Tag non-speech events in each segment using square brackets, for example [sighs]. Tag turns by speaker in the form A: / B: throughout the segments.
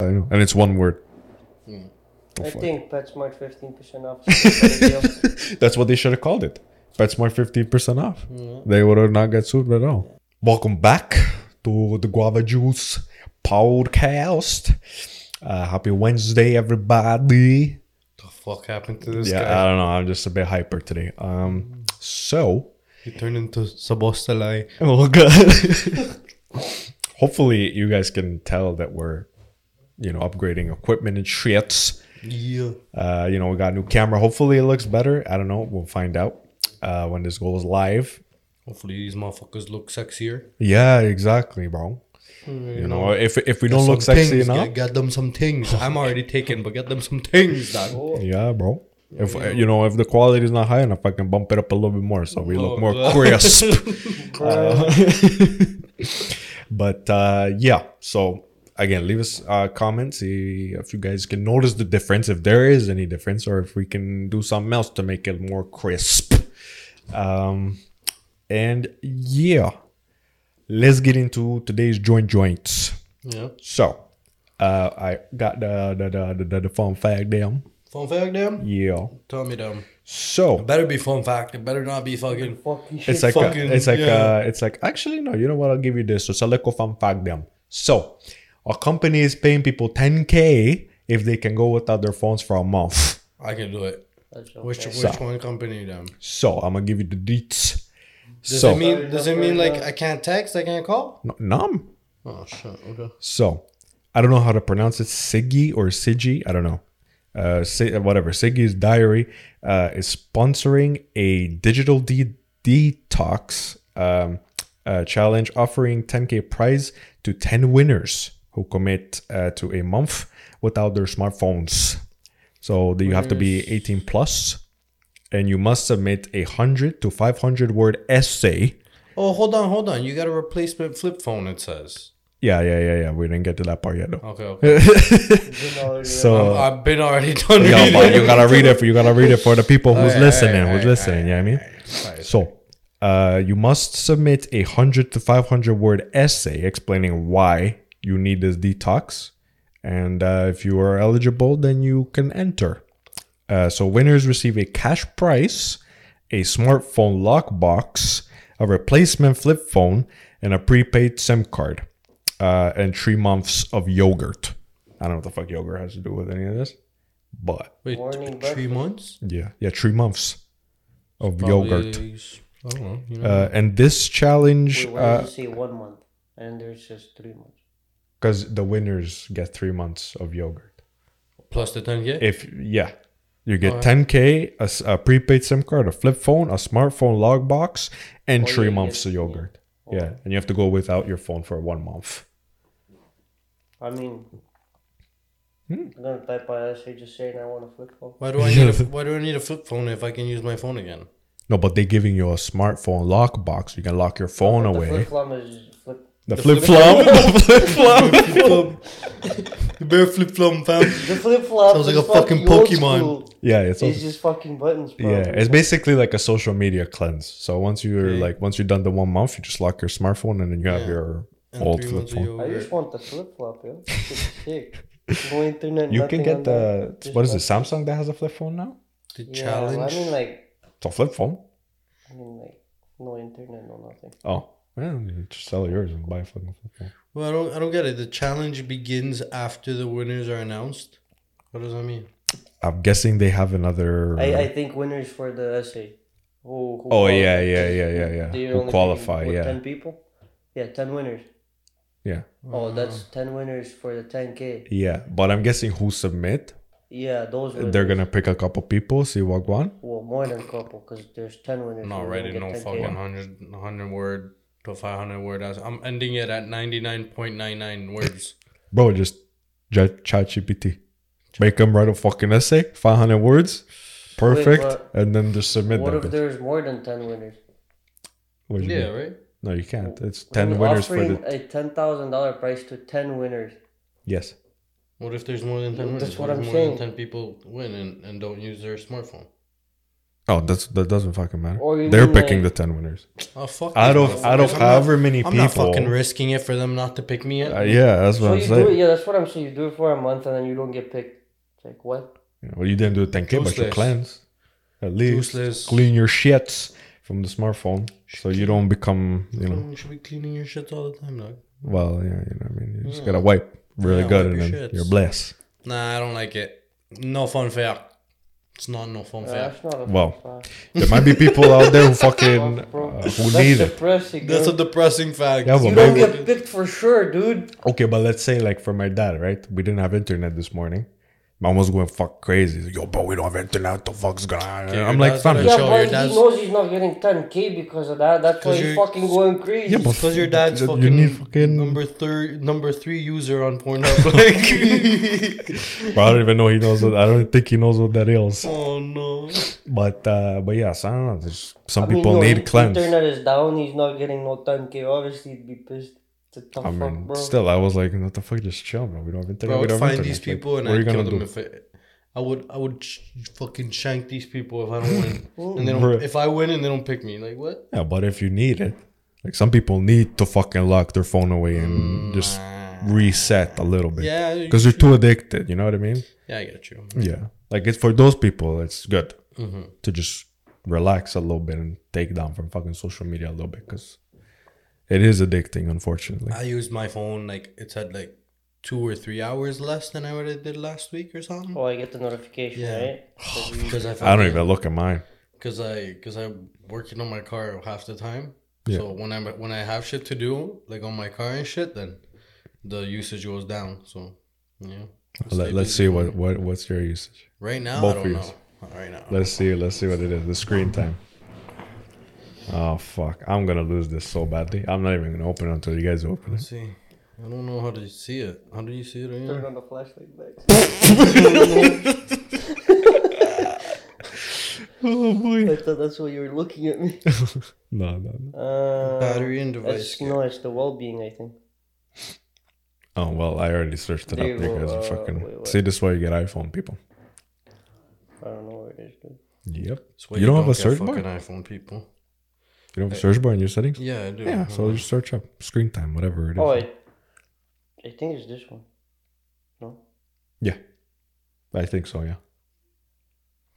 A: and it's one word. Oh,
B: I
A: fuck.
B: think PetSmart 15% off.
A: [laughs]
B: is a better deal.
A: That's what they should have called it. PetSmart 15% off. They would have not got sued at all. Welcome back to the Guava Juice podcast. Uh, happy Wednesday, everybody.
C: The fuck happened to this
A: yeah, uh,
C: guy?
A: I don't know. I'm just a bit hyper today. Um, so
C: He turned into Sabostalai.
A: oh god. [laughs] Hopefully, you guys can tell that we're, you know, upgrading equipment and shits.
C: Yeah.
A: Uh, you know, we got a new camera. Hopefully, it looks better. I don't know. We'll find out uh, when this goes live.
C: Hopefully these motherfuckers look sexier.
A: Yeah, exactly, bro. Hmm, You know, if if we don't look
C: Some
A: sexy
C: things,
A: enough,
C: Get, get them some
A: [laughs]
C: things. I'm already taken, but get them some things, dog.
A: yeah, bro. If you know if the quality is not high enough, I can bump it up a little bit more so we look
C: Oh,
A: more
C: God.
A: crisp. [laughs] Uh, but uh, yeah, so again, leave us uh, comments. See if you guys can notice the difference, if there is any difference, or if we can do something else to make it more crisp. Um, and yeah, let's get into today's joint joints.
C: Yeah.
A: So, uh, I got the the the, the, the fun fact down.
C: Fun fact, them?
A: Yeah.
C: Tell me them.
A: So
C: Better be fun fact. It better not be fucking.
B: Fucking shit.
A: it's like
C: fucking-
A: uh, it's like
C: yeah.
A: uh, it's like actually no, you know what? I'll give you this. So Saleco fun fact down. So, a company is paying people 10k if they can go without their phones for a month.
C: I can do it.
B: That's okay.
C: Which which one company them?
A: So I'm gonna give you the deets.
C: Does
A: so
C: it mean does it mean like I can't text? I can't call?
A: no, numb.
C: Oh shit. Okay.
A: So I don't know how to pronounce it. Siggy or Siggy. I don't know. Uh, Si- whatever. Siggy's diary uh, is sponsoring a digital de- detox um, uh, challenge, offering 10k prize to 10 winners who commit uh, to a month without their smartphones. So that you have to be 18 plus, and you must submit a hundred to 500 word essay.
C: Oh hold on, hold on. You got a replacement flip phone, it says.
A: Yeah, yeah, yeah, yeah. We didn't get to that part yet, [laughs] though.
C: Okay, okay.
B: You know, yeah.
A: So.
C: I've been already [laughs] done
A: Uh, Yeah,
C: reading.
A: but you gotta read it for you gotta read it for the people who's
C: Alright,
A: listening.
C: alright,
A: who's listening? Yeah, you know what I mean. So, uh, you must submit a hundred to five hundred word essay explaining why you need this detox, and uh, if you are eligible, then you can enter. Uh, so winners receive a cash prize, a smartphone lockbox, a replacement flip phone, and a prepaid SIM card, uh, and three months of yogurt. I don't know what the fuck yogurt has to do with any of this, but
C: Wait,
B: Morning
C: th- three months?
A: yeah, yeah, three months of
B: Oh,
A: yogurt.
C: Probably s- I don't know. Oh, You know.
A: Uh, and this challenge, uh,
B: Wait, why did
A: because
B: you say one month? And there's just three months.
A: the winners get three months of yogurt.
C: Plus the 10K?
A: If yeah, you
B: Oh,
A: get 10k, a s- a, prepaid SIM card, a flip phone, a smartphone log box, and
B: Oh,
A: three
B: yeah,
A: months
B: yeah, Oh.
A: of yogurt. Yeah, and you have to go without your phone for one month.
B: I mean,
A: Hmm.
B: I'm gonna type my essay just saying I want a flip phone.
C: Why do I need
A: [laughs]
C: a, why do I need a flip phone if I can use my phone again?
A: No, but they're giving you a smartphone lock box. You can lock your phone
B: But The
A: away.
B: flip phone is flip.
A: The
C: the
A: flip
C: flip-
A: flop. [laughs] The flip
B: [laughs]
A: flop.
C: [laughs] You better flip flop, fam.
B: The flip flop
C: Sounds like
B: is
C: a
B: old
C: fucking Pokemon.
B: school.
A: Yeah, it's also
B: It's just fucking buttons, bro.
A: Yeah, it's basically like a social media cleanse. So once you're like once you're done the one month, you just lock your smartphone and then you have your
C: And
A: old
C: three
A: flip
C: months of
A: phone.
B: I just
C: yogurt.
B: want the flip flop,
A: [laughs]
B: yo. It's sick. No internet.
A: You can
B: nothing
A: get
B: on
A: the
B: that. Just
A: what is it?
B: fucking-
A: Samsung that has a flip phone now.
C: The
B: Yeah,
C: challenge.
B: I mean, like,
A: It's a flip phone.
B: I mean, like, no internet, no nothing.
A: Oh, well, you just sell yours and buy a fucking flip phone.
C: Well, I don't I don't get it. The challenge begins after the winners are announced. What does that mean?
A: I'm guessing they have another.
B: I, I think winners for the essay. Who, who
A: oh yeah,
B: qualified.
A: yeah, yeah, yeah, yeah.
B: Do you
A: Who
B: only
A: qualify?
B: pick, what,
A: Yeah,
B: Ten people. Yeah, ten winners.
A: yeah,
B: Oh, that's ten winners for the ten k.
A: yeah. But I'm guessing who submit,
B: Yeah, those winners.
A: they're gonna pick a couple people, see what one.
B: Well, more than couple, because there's ten winners.
C: Not
B: we're
C: writing
B: gonna
C: no
B: get 10K.
C: fucking 100, 100 word to 500 word. as- I'm ending it at 99.99 words.
A: Bro, just chat GPT. Make them write a fucking essay, 500 words, perfect,
B: but
A: and then just submit
B: What
A: that.
B: if
A: bitch.
B: there's more than ten winners?
A: [laughs] What do you
C: yeah,
A: mean?
C: right?
A: No, you can't. It's
B: I
A: 10
B: mean,
A: winners for
B: offering
A: the.
B: a ten thousand dollar prize to ten winners.
A: Yes.
C: What if there's more than 10
B: That's
C: winners?
B: what
C: if
B: I'm
C: more
B: saying.
C: than 10 people win and, and don't use their smartphone?
A: Oh, that's that doesn't fucking matter.
B: Or you
A: They're
B: mean,
A: picking
B: like-
A: the ten winners
C: Oh, fuck
A: out
C: these
A: of out
C: motherfuckers.
A: of
C: I'm
A: however many
C: not, I'm not
A: people.
C: fucking risking it for them not to pick me up.
A: Uh, yeah, that's what
B: So
A: I'm
B: you do it,
A: saying.
B: yeah, that's what I'm saying. You do it for a month and then you don't get picked. It's like what?
A: Well, you didn't do a 10k, but you
C: Useless.
A: cleanse. At least
C: Useless.
A: clean your shits from the smartphone, so you don't become you know.
B: Mm.
C: You should be cleaning your shit all the time, dog.
A: Well, yeah, you know, what I mean, you just gotta wipe really
C: Mm. Yeah,
A: good,
C: wipe
A: and
C: your
A: then
C: shits.
A: you're blessed.
C: Nah, I don't like it. No fun fair. It's not no fun
B: Uh,
C: fair.
B: that's not a
A: Well,
B: fact.
A: There might be people out there who fucking
B: Bro,
A: uh, who
B: that's
A: need it.
B: depressing.
C: That's a
B: dude.
C: depressing fact.
A: Yeah, but
B: you
A: maybe-
B: don't get picked for sure, dude.
A: Okay, but let's say like for my dad, right? We didn't have internet this morning. Mom was going fuck crazy. He's like, Yo, bro, we don't have internet. The fuck's going on?
C: your
A: I'm like,
C: dad's
A: fam.
C: gonna
B: Yeah,
C: show
B: but
C: your
B: he
C: dad's-
B: knows he's not getting 10k because of that. That's why
C: 'Cause
B: he's
C: you're-
B: fucking going crazy.
A: Yeah, but
C: Because your dad's
A: you
C: fucking,
A: need fucking-
C: number third, number three user on Pornhub. [laughs] Like, [laughs]
A: Bro, I don't even know he knows. What, I don't think he knows what that is.
C: oh no.
A: But uh, but yes, I don't know. There's some
B: I mean,
A: people
B: yo,
A: need
B: his
A: cleanse.
B: Internet is down. He's not getting no 10k. Obviously, he'd be pissed. It's a tough
A: I
B: fuck,
A: mean,
B: bro.
A: still, I was like, what the fuck? Just chill, bro. We don't have internet.
C: Bro,
A: we
C: I would
A: don't have
C: find
A: internet.
C: these people
A: like,
C: and
A: what are you
C: I'd
A: gonna
C: kill
A: do?
C: them if it, I would. I would sh- fucking shank these people if
A: [laughs]
C: I don't win. and they
A: Bro.
C: don't, if I win and they don't pick me, like what?
A: Yeah, but if you need it, like some people need to fucking lock their phone away and just reset a little bit.
C: Yeah, you
A: because you're too addicted. You know what I mean?
C: Yeah, I get you.
A: Yeah, like it's for those people. It's good
C: Mm-hmm.
A: to just relax a little bit and take down from fucking social media a little bit because it is addicting, unfortunately.
C: I used my phone like it's had like two or three hours less than I would have did last week or something.
B: Oh, I get the notification,
C: Yeah.
A: [sighs]
B: right?
C: Because I,
A: I don't even look at mine.
C: because I because I'm working on my car half the time. So when I when I have shit to do like on my car and shit, then the usage goes down. So yeah.
A: Let, let's see what, what what's your usage.
C: Right now,
A: Both
C: I
A: of
C: don't
A: yous.
C: know. Right now,
A: Let's see. Let's see what it is. The screen time. Oh fuck! I'm gonna lose this so badly. I'm not even gonna open it until you guys open it.
C: let's see. I don't know how to see it. How do you see it? Right
B: Turn
C: now?
B: on the flashlight back.
A: [laughs] Oh boy!
B: I thought that's what you were looking
A: [laughs]
B: at me.
A: No, no, no.
B: Uh,
C: Battery and
B: It's,
C: device.
B: no, it's the well-being, I think.
A: Oh well, I already searched it up. You
B: They will,
A: guys are
B: uh,
A: fucking.
B: wait, what?
A: see, this is why you get iPhone, people.
B: I don't know where it is, dude.
A: Yep.
C: That's why
A: You don't, have a
C: get
A: search bar.
C: fucking
A: You
C: iPhone people.
A: don't have a search bar in your settings.
C: Yeah, I do. Uh-huh.
A: Yeah, so just search up screen time, whatever it is.
B: uh-huh. Oh, I, I think it's this one.
A: yeah, I think so. Yeah,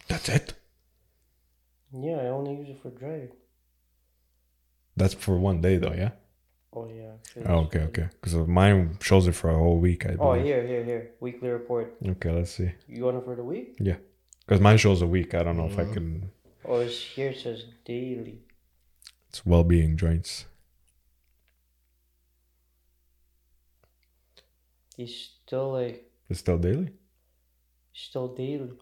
A: that's it.
B: Yeah, I only use it for driving.
A: That's for one day though. Yeah.
B: Oh, yeah. actually,
A: Oh,
B: it's-
A: okay, okay. Because mine shows it for a whole week. I
B: Oh,
A: believe.
B: here, here, here. Weekly report.
A: Okay, let's see.
B: You want it for the week?
A: Yeah, because mine shows a week. I don't know if I can.
B: Or is here it says daily?
A: It's well-being joints.
B: It's still like,
A: It's still daily.
B: still daily.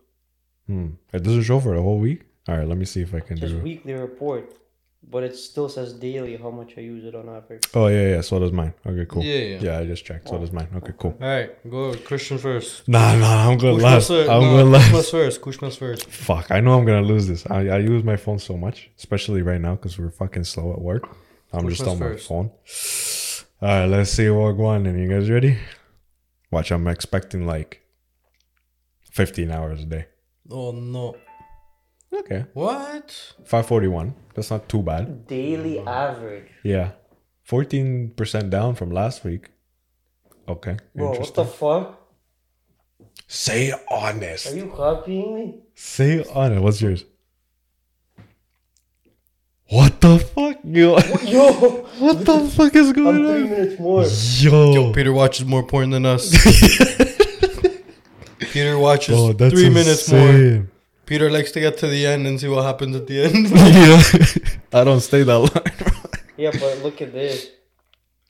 A: Hmm. It doesn't show for the whole week. All right, let me see if I can
B: It says
A: do.
B: weekly report, but it still says daily how much I use it on average.
A: Oh yeah, yeah. So does mine. Okay, cool.
C: Yeah, yeah.
A: Yeah, I just checked.
B: Oh.
A: So does mine. Okay, cool.
C: All right, go Christian first.
A: Nah, nah. I'm gonna
C: Kushma's
A: last. I'm
C: first.
A: gonna
C: No,
A: last.
C: Kushma's first. Kushma's first.
A: Fuck, I know I'm gonna lose this. I, I use my phone so much, especially right now because we're fucking slow at work. I'm
C: Which
A: just
C: one's
A: on
C: first?
A: my phone. All right, let's see what one. And you guys ready? Watch, I'm expecting like 15 hours a day.
C: Oh no!
A: Okay,
C: What?
A: 541. That's not too bad.
B: Daily
A: Hmm.
B: average.
A: Yeah, 14% down from last week. Okay,
B: Bro, what
A: interesting.
B: the fuck?
A: Say
B: Are
A: honest.
B: you copying me?
A: Say honest. What's yours? What the fuck, yo?
B: [laughs] Yo,
A: [laughs] What the fuck is
B: I'm
A: going on?
B: three minutes more.
A: Yo,
C: Peter watches more porn
A: [laughs]
C: than us. Peter watches
A: oh, that's
C: three minutes more.
A: insane.
C: Peter likes to get to the end and see what happens at the end.
A: [laughs] [laughs] yeah, I don't stay that long.
B: [laughs] Yeah, but look at this.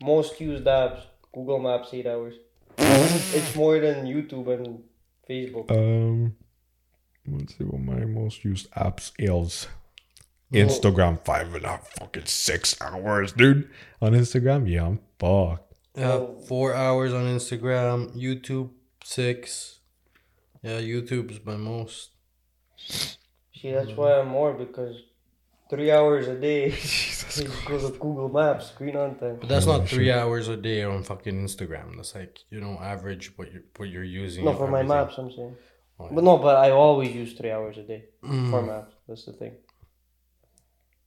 B: Most used apps, Google Maps,
A: [laughs]
B: eight hours. it's more than YouTube and Facebook.
A: um, let's see what my most used apps is. Instagram five and a half fucking six hours, dude. On Instagram, yeah, I'm fucked.
C: yeah, four hours on Instagram, YouTube six. Yeah, YouTube's my most.
B: See, that's
A: Mm-hmm.
B: why I'm more because three hours a day [laughs]
A: Jesus.
B: is because of Google Maps, screen on time.
C: But that's
A: Oh,
C: not three hours a day on fucking Instagram. That's like you know average what you are what you're using.
B: No,
C: of
B: for my
C: everything.
B: maps, I'm saying.
C: Oh,
B: But no, but I always use three hours a day for
A: Mm.
B: maps. That's the
A: [laughs]
B: thing.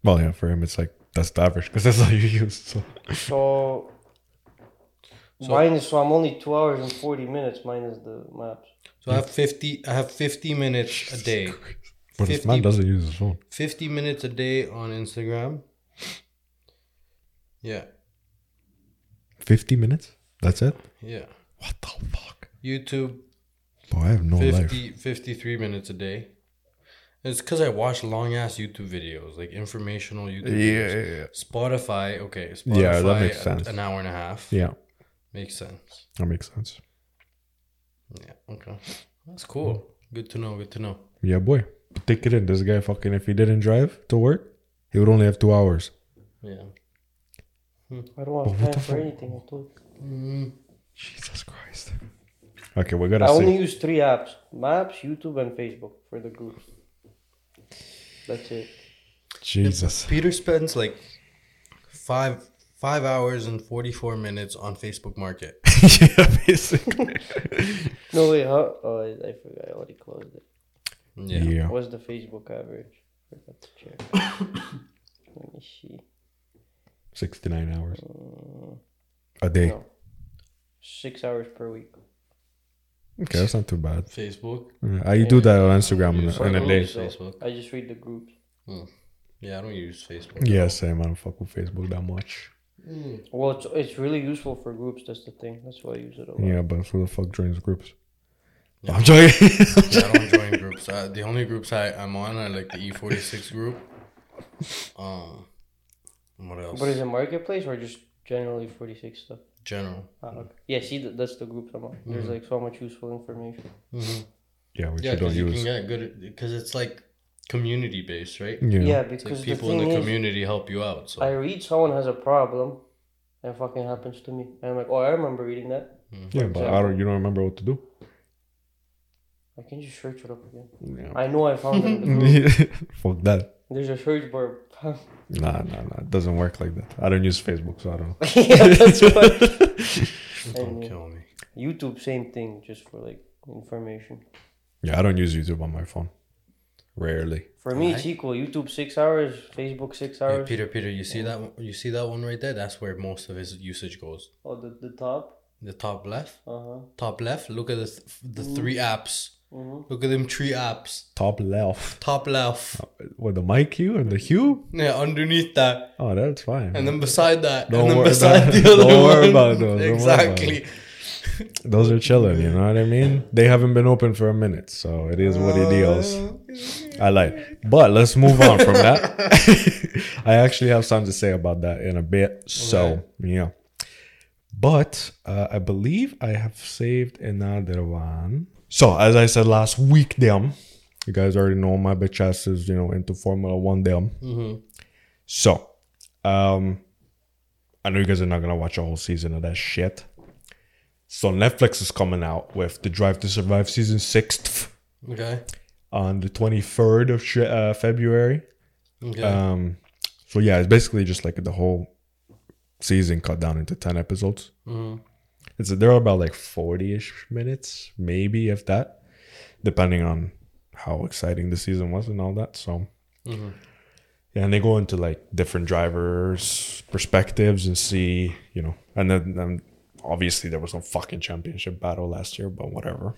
A: Well, yeah, for him, it's like that's the average because that's all you use. So.
B: So,
C: So-
B: mine is so I'm only two hours and forty minutes minus the maps.
C: So I have fifty. I have fifty minutes a day.
A: But this man
C: 50
A: doesn't use his phone.
C: 50 minutes a day on Instagram. Yeah,
A: 50 minutes? That's it?
C: yeah.
A: What the fuck?
C: YouTube,
A: Boy, I have no life.
C: 50, 53 minutes a day. It's because I watch long ass YouTube videos, like informational YouTube videos.
A: Yeah.
C: Spotify, okay. Spotify,
A: Yeah, that makes
C: a-
A: sense.
C: An hour and a half.
A: Yeah,
C: Makes sense.
A: that makes sense.
C: Yeah, okay. That's cool. Good to know, good to know.
A: Yeah, boy. But take it in. This guy fucking, if he didn't drive to work, he would only have two hours.
C: Yeah.
B: I don't have
A: But what
B: time
A: the
B: for
A: fuck?
B: anything. I told you.
C: Mm,
A: Jesus Christ. Okay, we gotta
B: I
A: see.
B: only use three apps: maps, YouTube, and Facebook for the groups. That's it.
A: Jesus.
C: Peter spends like five five hours and 44 minutes on Facebook Market.
A: [laughs] yeah, basically.
B: No wait, how? Oh, I, I forgot. I already closed it.
A: Yeah.
C: yeah.
B: What's the Facebook average? Forgot to
A: [coughs]
B: check. Let me see.
A: 69 hours
B: Mm,
A: a day.
B: No. Six hours per week.
A: Okay, that's not too bad.
C: Facebook.
A: Yeah, I do that on Instagram in a, in a day.
C: Use Facebook.
B: I just read the groups.
C: Yeah, I don't use Facebook.
A: Yeah, same. I don't fuck with Facebook that much.
B: Well, it's, it's really useful for groups. That's the thing. That's why I use it a lot.
A: Yeah, but who the fuck joins groups? I'm joking.
C: [laughs] Yeah, I don't join groups. Uh, the only groups I, I'm on are like the E46 group. Um, what else?
B: But is it marketplace or just generally 46 stuff?
C: General.
B: Ah, okay. Yeah, see, th- that's the groups I'm on. There's
A: Mm-hmm.
B: like so much useful information.
A: yeah, Mm-hmm. which
C: Yeah,
A: you don't
C: because you,
A: use. Mm.
C: can get good because it's like community based, right?
A: Yeah.
B: Yeah,
C: It's like
B: because the
C: people
B: thing
C: in the
B: is,
C: community help you out. So
B: I read someone has a problem and fucking happens to me. And I'm like, oh, I remember reading that.
A: Yeah, but I don't. You don't remember what to do.
B: I can just search it up again.
A: Yeah.
B: I know I found
A: [laughs]
B: it in the group.
A: Fuck that.
B: There's a search bar. [laughs]
A: Nah, nah, nah. It doesn't work like that. I don't use Facebook, so I don't.
B: [laughs] yeah, that's why.
C: don't
B: Anyway.
C: kill me.
B: YouTube, same thing, just for like information.
A: Yeah, I don't use YouTube on my phone. Rarely.
B: For me, it's
C: Alright.
B: equal. YouTube six hours, Facebook six
C: Hey,
B: hours.
C: Peter, Peter, you see that? one- You see that one right there? That's where most of his usage goes.
B: Oh, the, the top.
C: The top left,
B: Uh huh.
C: top left. Look at the th- the three apps.
B: Mhm.
C: Look at them three apps.
A: Top left.
C: Top left.
A: What the mic hue and the hue?
C: Yeah, underneath that.
A: Oh, that's fine.
C: And then beside that,
A: Don't
C: and then
A: worry
C: beside
A: about-
C: the other
A: don't worry
C: one.
A: about those, don't worry about
C: Exactly.
A: Those are chilling. You know what I mean? They haven't been open for a minute, so it is what it is. I like. But let's move on from that. I actually have something to say about that in a bit. So, yeah. But uh, I believe I have saved another one. So, as I said last week, them, you guys already know my bitch ass is, you know, into Formula One, them. So, um, I know you guys are not going to watch a whole season of that shit. So, Netflix is coming out with The Drive to Survive season 6th
C: Okay.
A: on the 23rd of Sh- uh, February.
C: Okay.
A: Um, so yeah, it's basically just like the whole season cut down into 10 episodes.
C: Mhm.
A: It's they're about like 40-ish minutes, maybe if that, depending on how exciting the season was and all that. So
C: Mhm.
A: yeah, and they go into like different drivers' perspectives and see, you know, and then, then obviously there was no fucking championship battle last year, but whatever.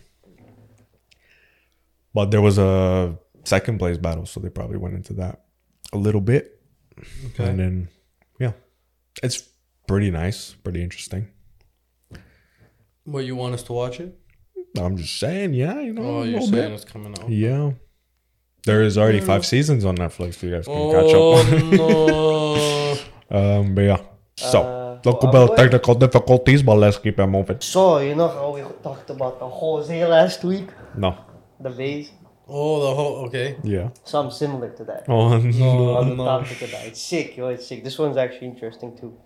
A: But there was a second place battle, so they probably went into that a little bit.
C: Okay.
A: And then, yeah, it's pretty nice, pretty interesting.
C: What you want us to watch it?
A: I'm just saying, yeah, you know,
C: Oh,
A: Mm, a
C: you're
A: little
C: saying
A: bit.
C: it's coming out.
A: Yeah. There is already
B: Mm.
A: five seasons on Netflix, so you guys can catch up
C: Oh
A: [laughs]
C: no!
A: Um, but yeah. So,
B: Uh,
A: talk
B: well,
A: about
B: otherwise-
A: technical difficulties, but let's keep it moving.
B: So you know how we talked about the Jose last week,
A: No.
B: the vase.
C: Oh, the whole okay.
A: Yeah.
B: So I'm similar to that.
A: Oh,
C: [laughs]
A: no.
B: On the topic of that, it's sick, yo, it's sick. This one's actually interesting too.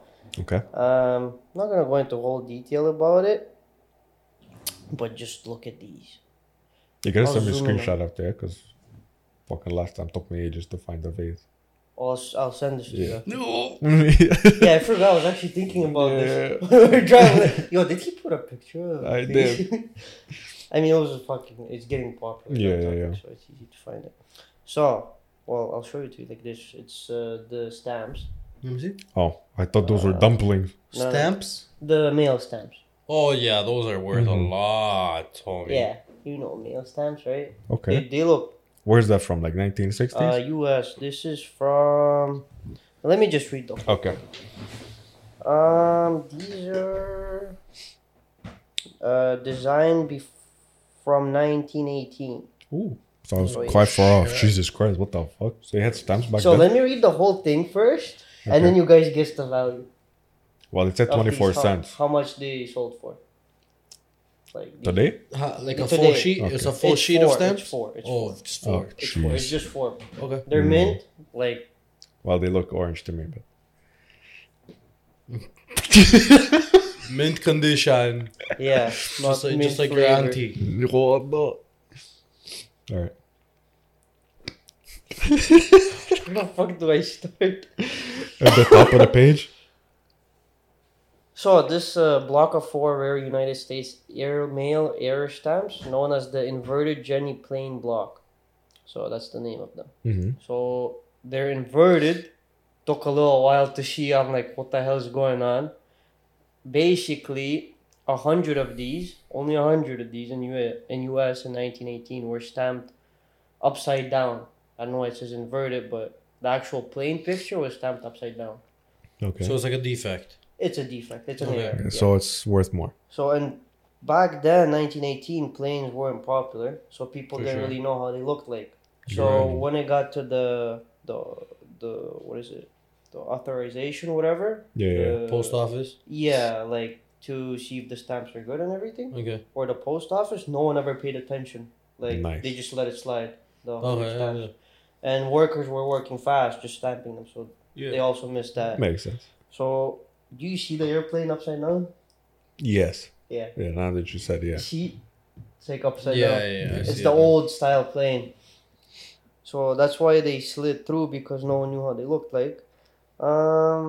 A: Okay.
B: Um, I'm not gonna go into whole detail about it, but just look at these.
A: You gotta send me a
B: I'll zoom in.
A: screenshot up there because fucking last time took me ages to find the face.
B: I'll, s- I'll send this to you.
C: No.
B: Yeah, I forgot. I was actually [laughs] thinking about this. we were driving. Yo, did he put a picture? Of
A: I
B: the face? [laughs] I mean, it was fucking. It's getting popular.
A: Yeah,
B: that
A: yeah,
B: topic,
A: yeah.
B: So it's easy to find it. So, well, I'll show you two. Like this, it's uh, the stamps,
C: Let me see.
A: [laughs] Oh, I thought those were
B: Uh,
A: dumplings.
B: No.
C: Stamps?
B: the mail stamps.
C: Oh, yeah, those are worth
A: Mhm.
C: a lot, Tommy.
B: Yeah, you know mail stamps, right?
A: Oh, Okay.
B: They, they look
A: Where's that from? Like 1960s?
B: uh, U.S. This is from. Let me just read them.
A: okay.
B: Um, these are uh, designed bef- from 1918.
A: Ooh. So I was
B: Oh, yeah.
A: quite far off.
C: Shit.
A: Jesus Christ, what the fuck? So you had stamps back
B: so
A: then?
B: let me read the whole thing first, and then you guys guess the value.
A: well, it said
B: of these,
A: 24
B: how-
A: cents.
B: How much they sold for? Like these-
A: Today?
C: Ha- like a
B: Today.
C: full sheet? It's
A: Okay.
C: a full
B: It's
C: sheet
B: four,
C: of stamps?
B: It's four. It's
C: Oh,
B: four.
C: it's
A: Oh,
C: four.
B: It's, four. it's
A: jeez.
B: just four.
C: Okay.
B: They're
A: Mm.
B: mint, like
A: Well, they look orange to me, but
C: Mint condition.
B: yeah, not
C: [laughs] Just like,
B: Uh, mint
C: just like your
B: flavor.
C: auntie.
A: All right.
B: [laughs] Where the fuck do I start?
A: At the top of the page?
B: So this uh, block of four rare United States air mail air stamps, known as the inverted Jenny plane block. So that's the name of them.
A: Mm-hmm.
B: So they're inverted. Took a little while to see. I'm like, what the hell is going on? Basically, a hundred of these, only a hundred of these in U- in U.S. in 1918 were stamped upside down. I know it says inverted, but the actual plane picture was stamped upside down.
A: Okay.
C: So
A: So,
C: it's like a defect.
B: It's a defect. It's an
C: Okay.
B: error. yeah.
A: so it's worth more.
B: So and back then, 1918 planes weren't popular, so people
C: For
B: didn't
C: sure.
B: really know how they looked like.
A: You're
B: So
A: right.
B: when it got to the the the what is it, the authorization, whatever.
A: Yeah, yeah.
B: the-
C: Post office?
B: Yeah, like to see if the stamps are good and everything,
C: Okay.
B: or the post office. No one ever paid attention. Like
A: Nice.
B: they just let it slide. The whole
C: Okay. yeah,
B: stamps. And workers were working fast, just stamping them, so
C: Yeah.
B: they also missed that.
A: Makes sense.
B: So do you see the airplane upside down?
A: Yes.
B: Yeah.
A: Yeah, now that you said yeah.
B: See, it's like upside down.
C: Yeah, yeah, I
A: It's
C: see
B: It's
C: it
B: the
C: now.
B: old style plane. So that's why they slid through because no one knew how they looked like. Um,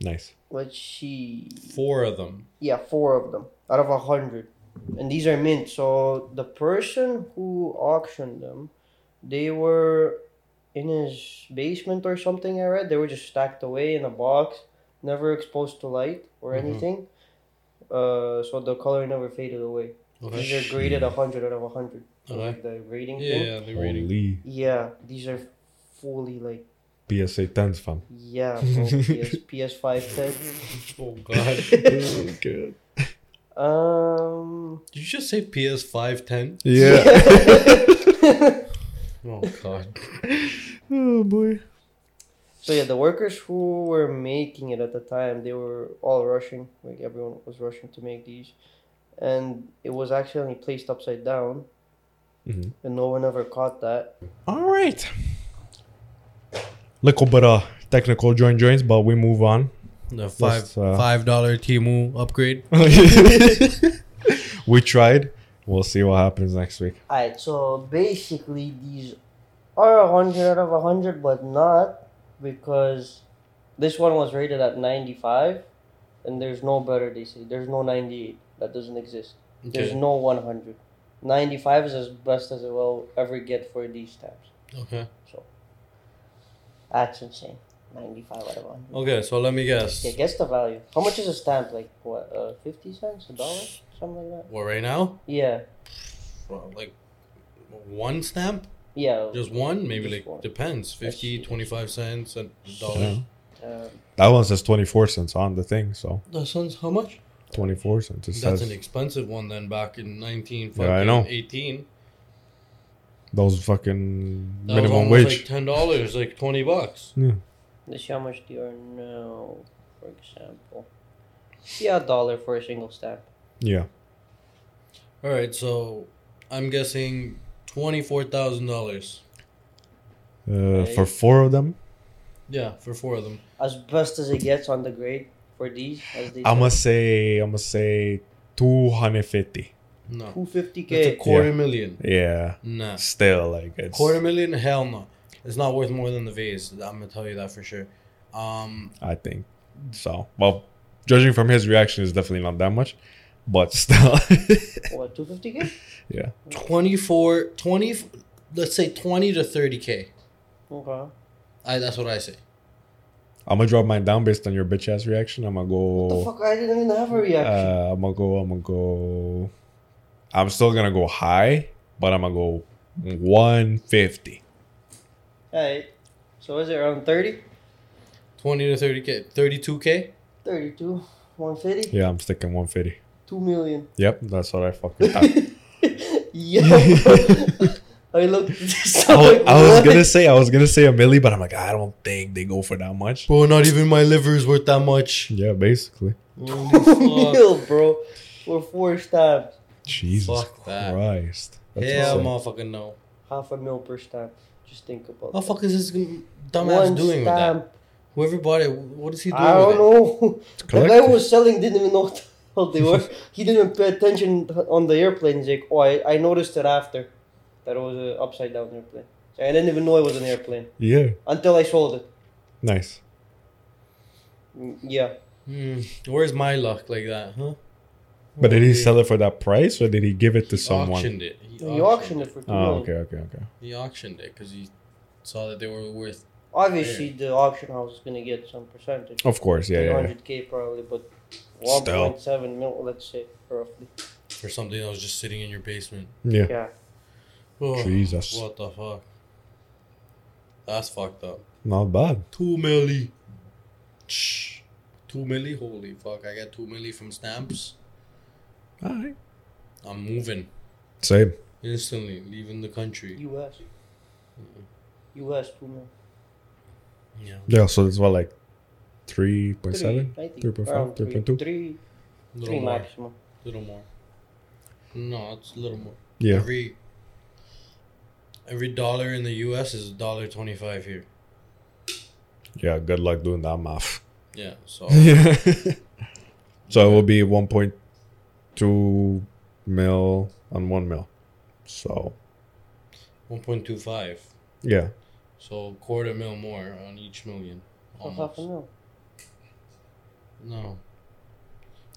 A: Nice.
B: let's see.
C: Four of them.
B: Yeah, four of them out of a hundred, and these are mint. So the person who auctioned them, they were in his basement or something. I read they were just stacked away in a box, never exposed to light or
C: Mhm.
B: anything. Uh, so the color never faded away. These
C: Okay.
B: are graded a hundred out of a hundred. So
C: Okay.
B: like the grading
C: Yeah,
B: thing.
C: yeah, they're reading.
A: Holy
B: Yeah, these are fully like
A: PSA 10s, fam.
B: yeah, oh, bro, PS PS five tech.
C: Oh,
A: [laughs]
C: God.
A: Oh, God.
B: Um,
C: Did you just say PS510?
A: Yeah.
B: [laughs]
C: Oh,
A: [laughs]
C: God.
A: oh, boy.
B: so yeah, the workers who were making it at the time, they were all rushing. Like everyone was rushing to make these, and it was accidentally placed upside down,
A: Mhm.
B: and no one ever caught that.
A: All right. Little bit of technical joint joints, but we move on.
C: The five,
A: Just, uh,
C: $5 dollar Timu upgrade.
A: [laughs] we tried. We'll see what happens next week.
B: Alright, so basically these are a hundred out of a hundred, but not because this one was rated at ninety five, and there's no better. They say there's no ninety eight. That doesn't exist. There's
C: Okay.
B: no one hundred. Ninety five is as best as it will ever get for these stamps.
C: Okay.
B: That's insane. Ninety five out of a hundred.
C: Okay, so let me guess.
B: Yeah, guess the value. How much is a stamp? Like what? Uh, fifty cents? A dollar? Something like that?
C: What, right now?
B: Yeah.
C: Well, Like one stamp?
B: Yeah.
C: Just one? Maybe
B: Just
C: like,
B: one.
C: depends. 50,
B: see.
C: 25 cents, and
A: Yeah.
C: dollars.
B: Um,
A: That one says 24 cents on the thing, so
C: That sounds how much?
A: 24 cents. It
C: That's
A: says
C: an expensive one then back in 19
A: Yeah, I
C: fucking
A: know.
C: 18.
A: those fucking
C: That
A: minimum
C: was almost
A: wage.
C: like $10, like 20 bucks.
B: Let's see how much they are now, for example. Yeah, a dollar for a single stamp.
A: yeah.
C: All right, so I'm guessing $24,000.
A: Uh,
B: Okay.
A: For four of them,
C: Yeah, for four of them.
B: As best as it gets on the grade for these, as they
A: I
B: say.
A: must say, I must say 250.
C: No. That's a
B: 250k.
C: quarter million.
A: Yeah.
C: Nah.
A: Still, like, it's.
C: Quarter million? Hell no. It's not worth more than the vase. I'm gonna tell you that for sure. Um,
A: I think so. Well, judging from his reaction, it's definitely not that much. but [laughs] still,
B: What, 250k?
A: yeah,
C: 24, 20, let's say 20 to 30K.
B: Okay.
C: I, that's what I say.
A: I'm gonna drop mine down based on your bitch ass reaction. I'm gonna
B: The
A: go.
B: fuck, I didn't even have a reaction.
A: Oh. Uh, I'm gonna go. I'm gonna go. I'm still gonna go high, but I'm gonna go 150.
B: Alright. So is it around 30?
C: 20 to 30K. 32K?
B: 32, 150,
A: Yeah, I'm sticking 150.
B: 2 million.
A: Yep, that's what I [laughs] fucking. Thought.
B: [laughs]
A: [laughs]
B: Yo. I looked at this.
A: I
B: I'm
A: was,
B: like,
A: I was
B: what? [laughs]
A: gonna say I was gonna say a milli, but I'm like I don't think they go for that much.
C: Bro, not even my liver is worth that much.
A: Yeah, basically.
B: Two [laughs] mil, bro. For four stamps.
A: Jesus
C: Fuck that.
A: Christ. That's
C: Hell,
A: insane.
C: motherfucking no.
B: Half a mil per stamp. Just think about
C: What the fuck is this dumbass
B: One
C: doing with that?
B: stamp.
C: Whoever bought it, what is he doing
B: I don't
C: with
B: know. The guy
A: collective.
B: who was selling didn't even know what the hell they
A: [laughs]
B: were. he didn't pay attention on the airplane. He's like, oh, I, I noticed it after that it was an upside down airplane. So I didn't even know it was an airplane
A: Yeah.
B: until I sold it.
A: Nice.
B: Mm, Yeah.
C: it? Hmm, where's my luck like that, huh?
A: But did he sell it for that price or did he give it to
C: He
A: someone?
C: auctioned it. He
B: He auctioned it for two
A: Oh,
B: million.
A: okay, okay, okay.
C: He auctioned it because he saw that they were worth.
B: Obviously, the auction house is gonna get some percentage.
A: Of course, yeah, yeah. yeah.
B: 100k probably, but
A: Still.
B: 1.7 mil, let's say roughly.
C: For something that was just sitting in your basement.
A: Yeah.
B: Yeah.
C: Oh,
A: Jesus.
C: What the fuck? That's fucked up.
A: Not bad.
C: Two milli. Shh. Two milli? Holy fuck. I got two milli from stamps.
A: All right.
C: I'm moving
A: Same.
C: instantly, leaving the country.
B: US. US two mil.
C: Yeah.
A: Yeah, so it's what like 3.7?
B: Three, I think,
A: 3.5,
B: around three-
A: 3.2?
B: three-
C: Little
B: three
C: more.
B: maximum.
C: Little more. No, it's a little more.
A: Yeah.
C: Every every dollar in the US is a dollar twenty five here.
A: Yeah, good luck doing that math.
C: Oh, Yeah.
A: [laughs]
C: [laughs] So
A: Yeah. so it will be 1.2 mil on 1 mil. So,
C: one point two five.
A: yeah.
C: So quarter mil more on each million.
B: Or half
C: Almost.
B: a mil.
C: No.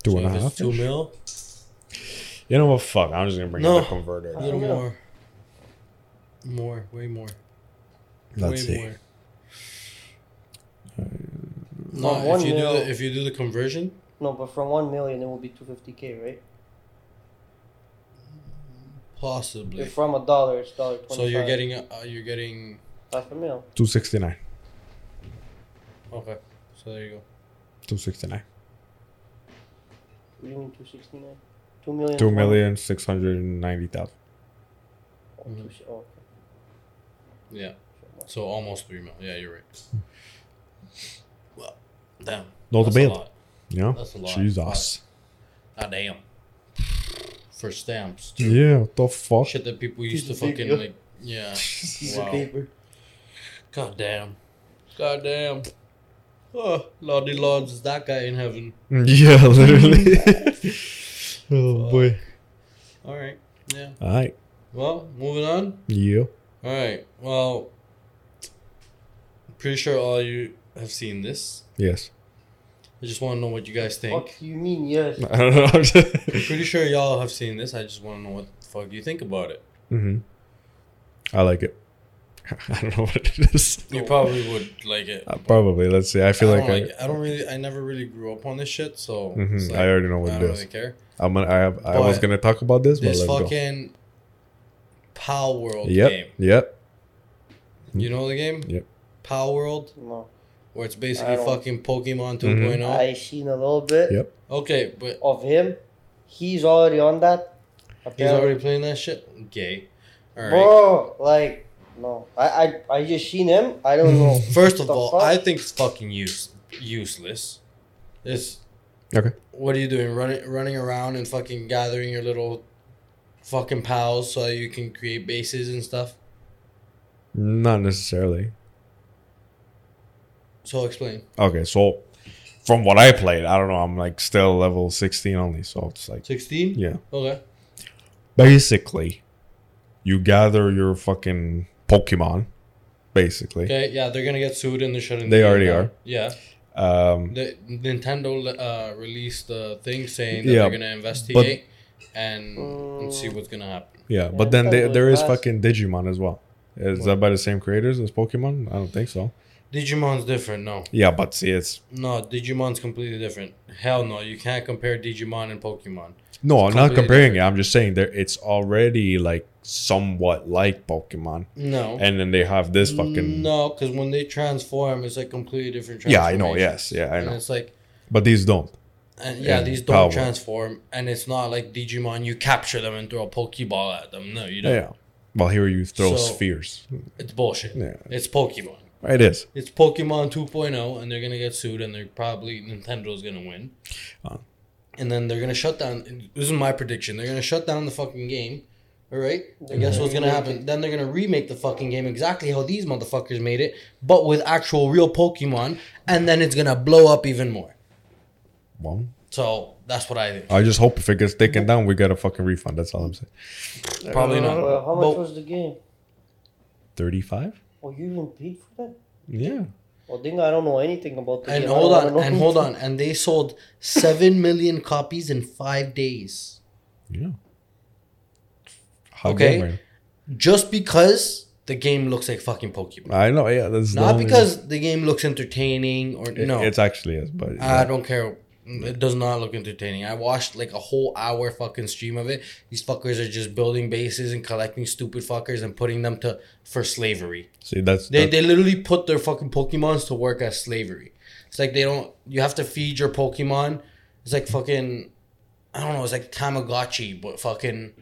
A: Two
C: so
A: and a
C: if
A: half.
C: it's two mil,
A: You know what? Fuck. I'm just gonna bring
C: No.
A: up the converter.
C: a little
B: Yeah.
C: more. More, way more.
A: Let's
C: way
A: see.
C: more.
B: From
C: No,
B: one
C: if you do
B: mil-
C: the, if you do the conversion,
B: No, but from 1 million it will be 250k, right?
C: possibly.
B: If from a dollar it's dollar 25.
C: So you're getting uh, you're getting
B: half a mil.
A: 269.
C: okay. So there you go.
A: 269.
B: What do you mean 269? 2 million.
A: 2 million 690,000.
B: Oh, two si- oh,
C: Yeah.
B: okay.
C: So almost three mil. Yeah, you're right. Well, damn.
A: No
C: That's a
A: debate.
C: lot.
A: Yeah.
C: That's a lot.
A: Jesus.
C: Ah, damn. For stamps, too.
A: Yeah, what the fuck?
C: Shit that people used to
B: Piece of
C: fucking
B: paper.
C: like. Yeah.
B: Piece
C: Wow.
B: of paper.
C: God damn. God damn. Oh, Lordy Lords, is that guy in heaven?
A: [laughs] Yeah,
C: [laughs]
A: literally. [laughs] oh boy.
C: All right. Yeah.
A: All right.
C: Well, moving on.
A: Yeah.
C: All right. Well, pretty sure all you have seen this.
A: Yes.
C: I just want to know what you guys think.
B: What do you mean, yes?
A: I don't know. [laughs] I'm just...
C: Pretty sure y'all have seen this. I just want to know what the fuck you think about it.
A: mm-hmm. I like it. [laughs] I don't know what it is.
C: You probably would like it.
A: Uh, probably. Let's see. I feel like,
C: don't
A: I,
C: like it. I don't really. I never really grew up on this shit, so
A: Mhm,
C: it's
A: I already know what
C: I
A: it
C: don't
A: is.
C: really care.
A: I'm gonna, I, have, I was
C: But
A: gonna talk about this, but
C: This
A: let's go.
C: fucking Pow World
A: Yep.
C: game.
A: Yep.
C: You know the game?
A: Yep.
C: Pow World,
B: No.
C: where it's basically
B: I don't-
C: fucking
A: Mm-hmm.
C: Pokemon 2.0.
B: I seen a little bit
A: Yep.
C: Okay, but
B: of him. He's already on that.
C: he's
B: Apparently-
C: already playing that shit. Gay. All right.
B: Bro, like, no. I, I I just seen him. I don't know.
C: First of
B: The
C: all,
B: fuck?
C: I think it's fucking use useless. It's
A: Okay.
C: what are you doing? Running running around and fucking gathering your little fucking pals so that you can create bases and stuff.
A: Not necessarily.
C: So explain.
A: Okay, so from what I played, I don't know. I'm like still level 16 only, so it's like
C: Sixteen?
A: yeah.
C: Okay.
A: Basically, you gather your fucking Pokemon. Basically,
C: Okay, yeah, they're gonna get sued and they're shutting
A: They
C: the game
A: already
C: down.
A: are.
C: Yeah.
A: Um,
C: The Nintendo uh, released the thing saying that
A: Yeah,
C: they're gonna investigate and, and see what's gonna happen.
A: yeah, but
B: I
A: then
B: thought
A: there
B: it was
A: there is
B: last-
A: fucking Digimon as well. Is that by the same creators as Pokemon? I don't think so.
C: Digimon's different, no,
A: Yeah, but see, it's
C: no, Digimon's completely different. Hell no, you can't compare Digimon and Pokemon.
A: no, I'm not
C: completely
A: comparing it. I'm just saying there it's already like somewhat like Pokemon,
C: No,
A: and then they have this fucking.
C: Mm. no, because when they transform, it's like completely different.
A: Yeah, I know.
C: transformations.
A: Yes, yeah, I
C: and
A: know.
C: it's like,
A: But these don't.
C: and yeah,
A: And
C: these don't
A: power.
C: transform, and it's not like Digimon. You capture them and throw a Pokeball at them. No, you don't.
A: Yeah. Well, here you throw
C: So-
A: spheres.
C: It's bullshit.
A: Yeah.
C: It's Pokemon.
A: It is.
C: It's Pokemon 2.0, and they're gonna get sued, and they're probably Nintendo's gonna win.
A: Oh.
C: And then they're gonna shut down. This is my prediction. They're gonna shut down the fucking game. All right. And guess what's gonna happen? Then they're gonna remake the fucking game exactly how these motherfuckers made it, but with actual real Pokemon, and then it's gonna blow up even more.
A: Well,
C: So that's what I think.
A: I just hope if it gets taken down, we get a fucking refund. That's all I'm saying.
C: [laughs] Probably not.
B: Well, how much
C: But-
B: was the game?
A: 35?
B: Oh, you even paid for that?
A: Yeah.
B: Well, Dinga, I don't know anything about the
C: and
B: game.
C: hold on, and hold on, and they sold seven million copies in five days.
A: Yeah. How
C: Okay.
A: game,
C: just because the game looks like fucking Pokemon.
A: right? I know, yeah. That's the
C: Not
A: only-
C: because the game looks entertaining or
A: It,
C: no.
A: It's actually is, but
C: I don't care. It does not look entertaining. I watched like a whole hour fucking stream of it. These fuckers are just building bases and collecting stupid fuckers and putting them to for slavery.
A: see, that's.
C: They
A: that-
C: they literally put their fucking Pokemons to work as slavery. It's like they don't you have to feed your Pokemon. It's like fucking I don't know, it's like Tamagotchi,
A: [laughs]
C: but fucking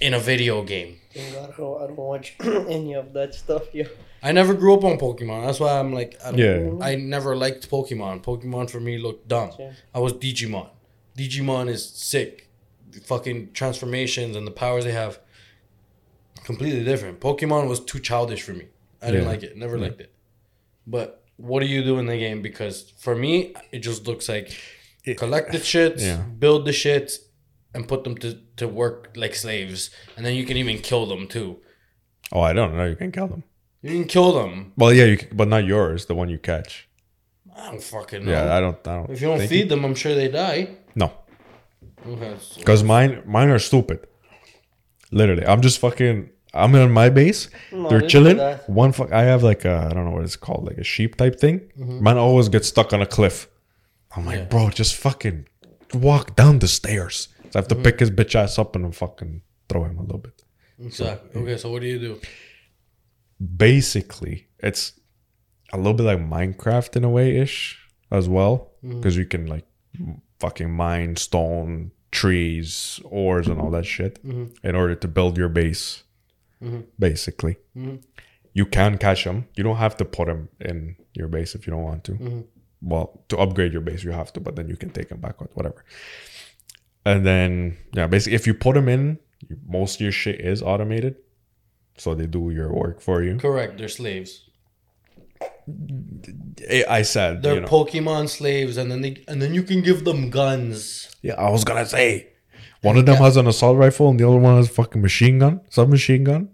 C: in a video game.
B: Dinga, I don't, I don't watch [clears throat] any of that stuff. Yeah.
C: I never grew up on Pokemon. That's why I'm like, I don't,
A: Yeah.
C: I never liked Pokemon. Pokemon for me looked dumb.
B: Sure.
C: I was Digimon. Digimon is sick. The fucking transformations and the powers they have, completely different. Pokemon was too childish for me. I didn't
A: Yeah.
C: like it. Never liked it. But what do you do in the game? Because for me, it just looks like
A: It-
C: collect the shits,
A: Yeah.
C: build the shits, and put them to, to work like slaves. And then you can even kill them too.
A: oh, I don't know. You can kill them.
C: You can kill them.
A: Well, yeah, you can, but not yours, the one you catch.
C: I don't fucking know.
A: Yeah, I don't. I don't
C: If you don't
A: think-
C: feed them, I'm sure they die.
A: No.
C: Okay. so-
A: Because mine, mine are stupid. Literally, I'm just fucking. I'm in my base.
B: No,
A: They're
B: this is
A: chilling.
B: nice.
A: One fuck. I have like a, I don't know what it's called, like a sheep type thing.
C: Mm-hmm.
A: Mine always gets stuck on a cliff. I'm like, bro, just fucking walk down the stairs. So I have
C: Mm-hmm.
A: to pick his bitch ass up and fucking throw him a little bit.
C: Exactly. Okay, so what do you do?
A: Basically, it's a little bit like Minecraft in a way ish as well, because you can like m- fucking mine stone, trees, ores, and all that shit in order to build your base. Basically, you can catch them. You don't have to put them in your base if you don't want to. Well, to upgrade your base, you have to, but then you can take them back or whatever. And then, yeah, basically, if you put them in, you, most of your shit is automated, so they do your work for you.
C: Correct. They're slaves.
A: I I said,
C: They're
A: you know,
C: Pokemon slaves, and then they and then you can give them guns.
A: yeah, I was gonna say, one of them has an assault rifle and the other one has a fucking machine gun, submachine gun.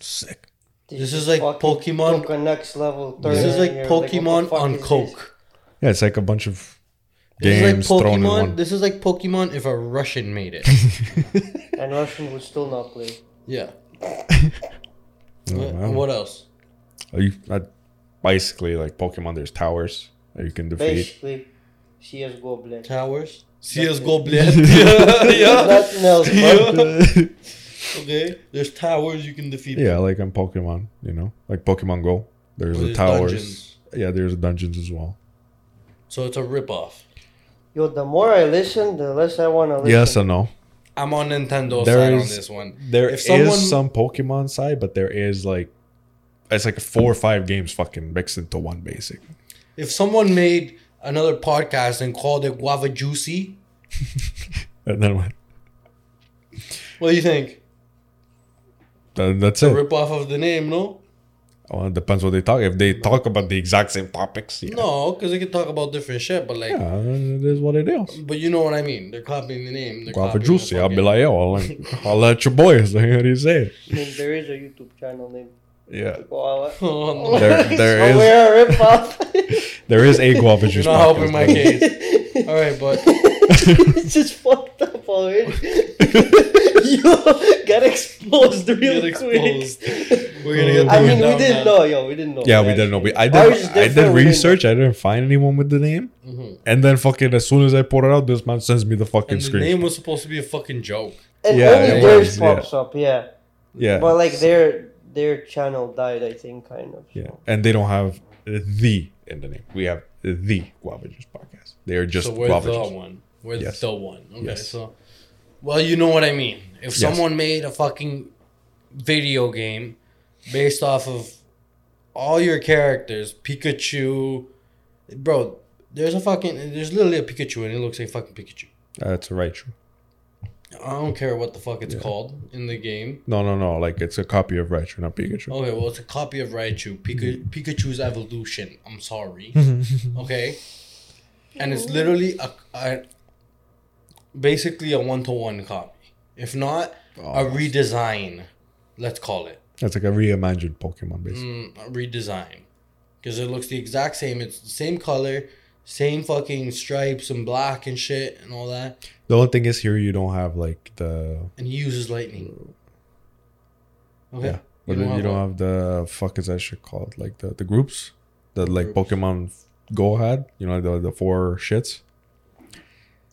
A: Sick.
C: This is like
B: fucking
C: Pokemon-
B: Coca next level.
C: This is
B: third
C: like
B: year, what the
C: Pokemon
B: fuck
C: on
B: is this?
C: coke.
A: Yeah, it's like a bunch of
C: This
A: games
C: is like
A: thrown in one.
C: Pokemon. This is like Pokemon if a Russian
A: [laughs]
C: made it.
B: And Russian would still not play.
C: yeah.
A: Oh,
C: What,
A: wow.
C: what else?
A: Are you uh, basically like Pokemon? There's towers that you can defeat.
B: Basically, CSGO
C: [laughs]
B: bled.
C: Towers.
B: it.
C: CS:GO bled.
A: [laughs]
C: yeah, yeah.
B: Nothing else.
C: [laughs] Yeah.
B: bro.
C: Okay. There's towers you can defeat.
A: yeah, like in Pokemon, you know, like Pokemon Go. There's
C: Or
A: the
C: there's
A: towers.
C: dungeons.
A: Yeah, there's dungeons as well.
C: So it's a ripoff.
B: Yo, the more I listen, the less I want to listen.
A: Yes and no.
C: I'm on Nintendo
A: There
C: side on
A: is-
C: this one.
A: There
C: If
A: is
C: someone-
A: some Pokemon side, but there is like it's like four or five games fucking mixed into one basic.
C: If someone made another podcast and called it Guava Juicy,
A: And then what?
C: what do you think?
A: Then that's
C: A
A: it.
C: rip off of the name, no?
A: Well, it depends what they talk. If they talk about the exact same topics, yeah.
C: No, because they can talk about different shit, but like,
A: Yeah, it is what it is.
C: but you know what I mean. They're copying the name. They're
A: Guava
C: copying the
A: juicy. I'll be [laughs]
C: fucking-
A: like, yo, I'll, I'll let your boys. How do you say it?
B: I mean, there is a YouTube channel named
A: Yeah.
C: [laughs]
B: Koala.
C: [laughs]
B: [laughs]
A: [laughs]
C: Oh, no.
A: There- there is-
B: Somewhere a ripoff.
C: [laughs]
A: There is a guava
C: You're
A: juice.
C: not helping
A: podcast,
C: my
A: but-
C: case. All
A: [laughs]
C: right, but
B: [laughs] it's just fucked up already. [laughs] you [laughs] got exposed real
C: get
B: quick.
C: exposed. We're gonna get.
B: I
A: Dude,
B: mean,
C: taken
B: we
C: down
B: didn't
C: now.
B: know, yo. We didn't know.
A: [laughs] Yeah, we didn't know. We, I
B: Ours is
A: did. I did
B: different, we didn't
A: research. I didn't find anyone with the name.
C: Mhm.
A: And then fucking as soon as I poured it out, this man sends me the fucking
C: And the
A: screen.
C: name was supposed to be a fucking joke.
B: And
A: Yeah,
B: only
A: it
B: theirs
A: was, yeah.
B: pops up, yeah.
A: yeah,
B: But like their their channel died, I think, kind of.
A: yeah. And they don't have uh, the in the name. We have the guava juice podcast. They are just
C: so we're
A: guava
C: the
A: juice.
C: one. We're
A: Yes.
C: the one. Okay,
A: Yes.
C: so well, you know what I mean. If
A: Yes.
C: someone made a fucking video game based off of all your characters, Pikachu, bro, there's a fucking there's literally a Pikachu and it looks like fucking Pikachu.
A: That's right. True.
C: I don't care what the fuck it's called in the game.
A: No, no, no. Like it's a copy of Raichu, not Pikachu. [laughs]
C: Okay, well, it's a copy of Raichu,
A: Mm-hmm.
C: Pika- Pikachu's evolution. I'm sorry. okay, and it's literally a, a basically a one to one copy, if not a
A: Oh,
C: redesign. Let's call it
A: that's like a reimagined Pokemon, basically.
C: mm, a redesign because it looks the exact same. It's the same color, same fucking stripes and black and shit and all that.
A: The only thing is here you don't have like the
C: And he uses lightning. Okay.
A: Uh, Yeah. But
C: You don't
A: then you
C: have
A: don't
C: what?
A: have the fuck is that shit called? Like the, the groups that like
C: Groups.
A: Pokemon Go had. You know the the four shits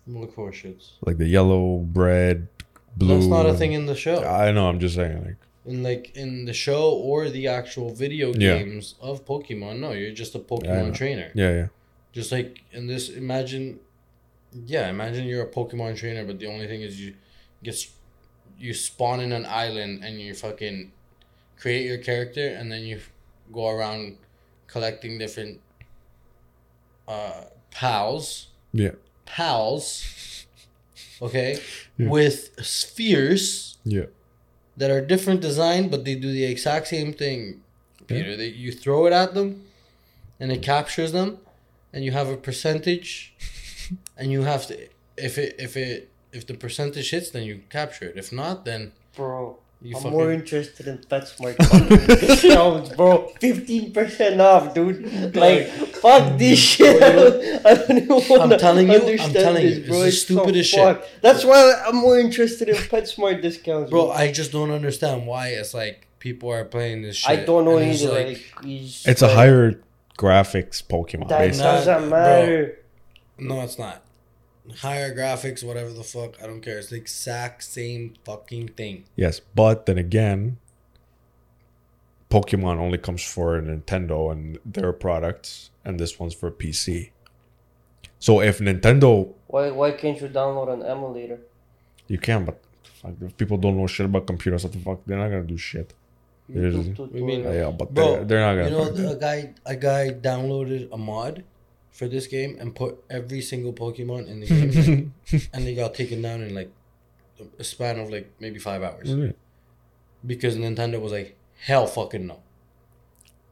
C: Look for shits.
A: like the yellow, red, blue.
C: That's not a thing in the show.
A: I know. I'm just saying like
C: in like in the show or the actual video
A: Yeah.
C: games of Pokemon. No, you're just a
A: know.
C: Pokemon trainer.
A: yeah, yeah.
C: Just like in this, imagine, yeah, imagine you're a Pokemon trainer, but the only thing is you get s- you spawn in an island and you fucking create your character and then you go around collecting different uh pals.
A: Yeah.
C: Pals. Okay.
A: [laughs] Yeah.
C: With spheres
A: Yeah.
C: that are different design, but they do the exact same thing. Peter, they, you throw it at them, and it captures them, and you have a percentage, and you have to if it if it if the percentage hits, then you capture it. If not, then
B: Bro.
C: you
B: I'm
C: fucking
B: more interested in PetSmart fucking [laughs] shelves, bro. Fifteen percent off, dude. Like, fuck this shit. [laughs] I don't even want to
C: telling you, I'm
B: understand
C: telling
B: this,
C: you,
B: bro.
C: it's the
B: so
C: stupidest shit.
B: fucked. That's why I'm more interested in PetSmart discounts,
C: bro. I just don't understand why it's like people are playing this shit.
B: I don't know
C: and it's
B: either.
C: like,
B: Like, he's-
A: It's a higher graphics Pokemon.
B: That
A: Basically.
B: doesn't
C: Nah,
B: matter.
C: no, it's not. Higher graphics, whatever the fuck, I don't care. It's the exact same fucking thing.
A: Yes, but then again, Pokemon only comes for Nintendo and their products, and this one's for PC. So if Nintendo,
B: Why, why can't you download an emulator?
A: you can, but fuck, if people don't know shit about computers, what the fuck? They're not gonna do shit.
B: You
A: It
B: do-
A: is-
B: do-
C: We
B: do
C: mean-
B: it.
A: Yeah, but
C: Bro,
A: they're, they're not
C: You
A: gonna.
C: know,
A: fucking do [laughs]
C: a
A: it.
C: guy a guy downloaded a mod for this game and put every single Pokemon in
A: [laughs]
C: the game, and they got taken down in like a span of like maybe five hours
A: Yeah.
C: because Nintendo was like, hell fucking no,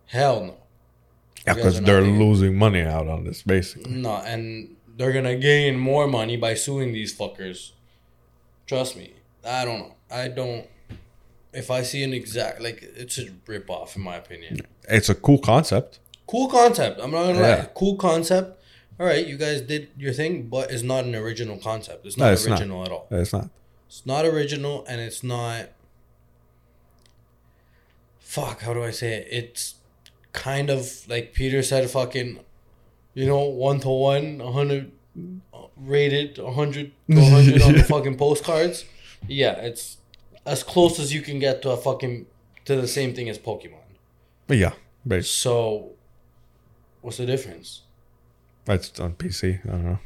C: hell no,
A: Yeah,
C: guys are
A: because
C: not
A: they're
C: doing it.
A: losing money out on this, basically.
C: no, and they're gonna gain more money by suing these fuckers. Trust me, I don't know, I don't. If I see an exact like, it's a rip off in my opinion.
A: It's a cool concept.
C: Cool concept. I'm not gonna
A: Yeah.
C: lie. Cool concept. All right, you guys did your thing, but it's not an original concept. It's
A: No,
C: not
A: it's not.
C: original at all.
A: It's not.
C: It's not original, and it's not. Fuck. How do I say it? It's kind of like Peter said. Fucking, you know, one to one, a hundred uh, rated, a hundred to a hundred on the fucking postcards. Yeah, it's as close as you can get to a fucking to the same thing as Pokemon.
A: But yeah, basically,
C: So, what's the difference?
A: it's on PC. I don't know.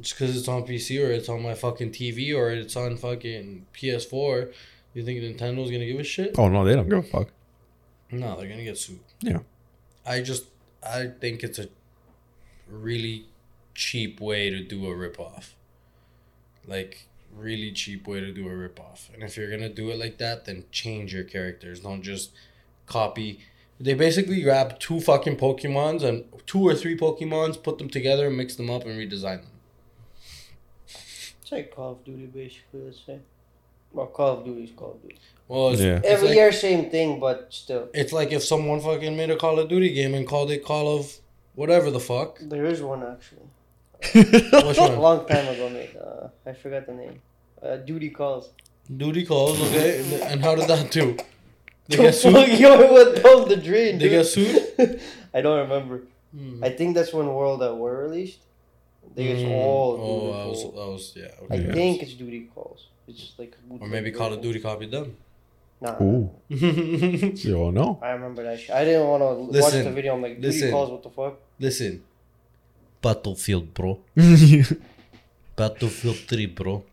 C: just because it's on PC or it's on my fucking TV or it's on fucking PS4, you think Nintendo's gonna give a shit?
A: Oh no, they don't give a fuck.
C: No, they're gonna get sued.
A: Yeah.
C: I just I think it's a really cheap way to do a ripoff. Like really cheap way to do a ripoff. And if you're gonna do it like that, then change your characters. Don't just copy. They basically grab two fucking Pokemons and two or three Pokemons, put them together, mix them up, and redesign them.
B: It's like Call of Duty, basically, let's say. Well, eh? Call of Duty is Call of Duty.
C: Well, it's,
A: Yeah.
C: it's
B: Every
C: like,
B: year, same thing, but still.
C: It's like if someone fucking made a Call of Duty game and called it Call of whatever the
A: [laughs]
C: fuck.
B: There is one actually.
C: Which
B: A
C: one?
B: long time ago, mate. Uh, I forgot the name. Uh, duty calls.
C: Duty calls, okay? And how did that do? They
B: The
C: get
B: fuck,
C: sued?
B: yo, what down the drain?
C: They
B: dude.
C: get sued?
B: [laughs] I don't remember.
C: Hmm.
B: I think that's when World at War released. I think it's
C: Hmm.
B: all
C: Oh,
B: duty
C: that was,
B: calls.
C: that was, yeah.
B: I
C: okay.
B: think it's duty calls. It's just like
C: Or maybe Call of Duty
B: [laughs]
C: copied them.
B: Nah,
A: Ooh,
C: Listen,
A: you all
C: [laughs]
A: know. [laughs]
B: I remember that. Shit. I didn't want to watch
C: Listen,
B: the video. I'm like, duty
C: listen.
B: calls. What the fuck?
C: Battlefield, bro. Battlefield 3, bro.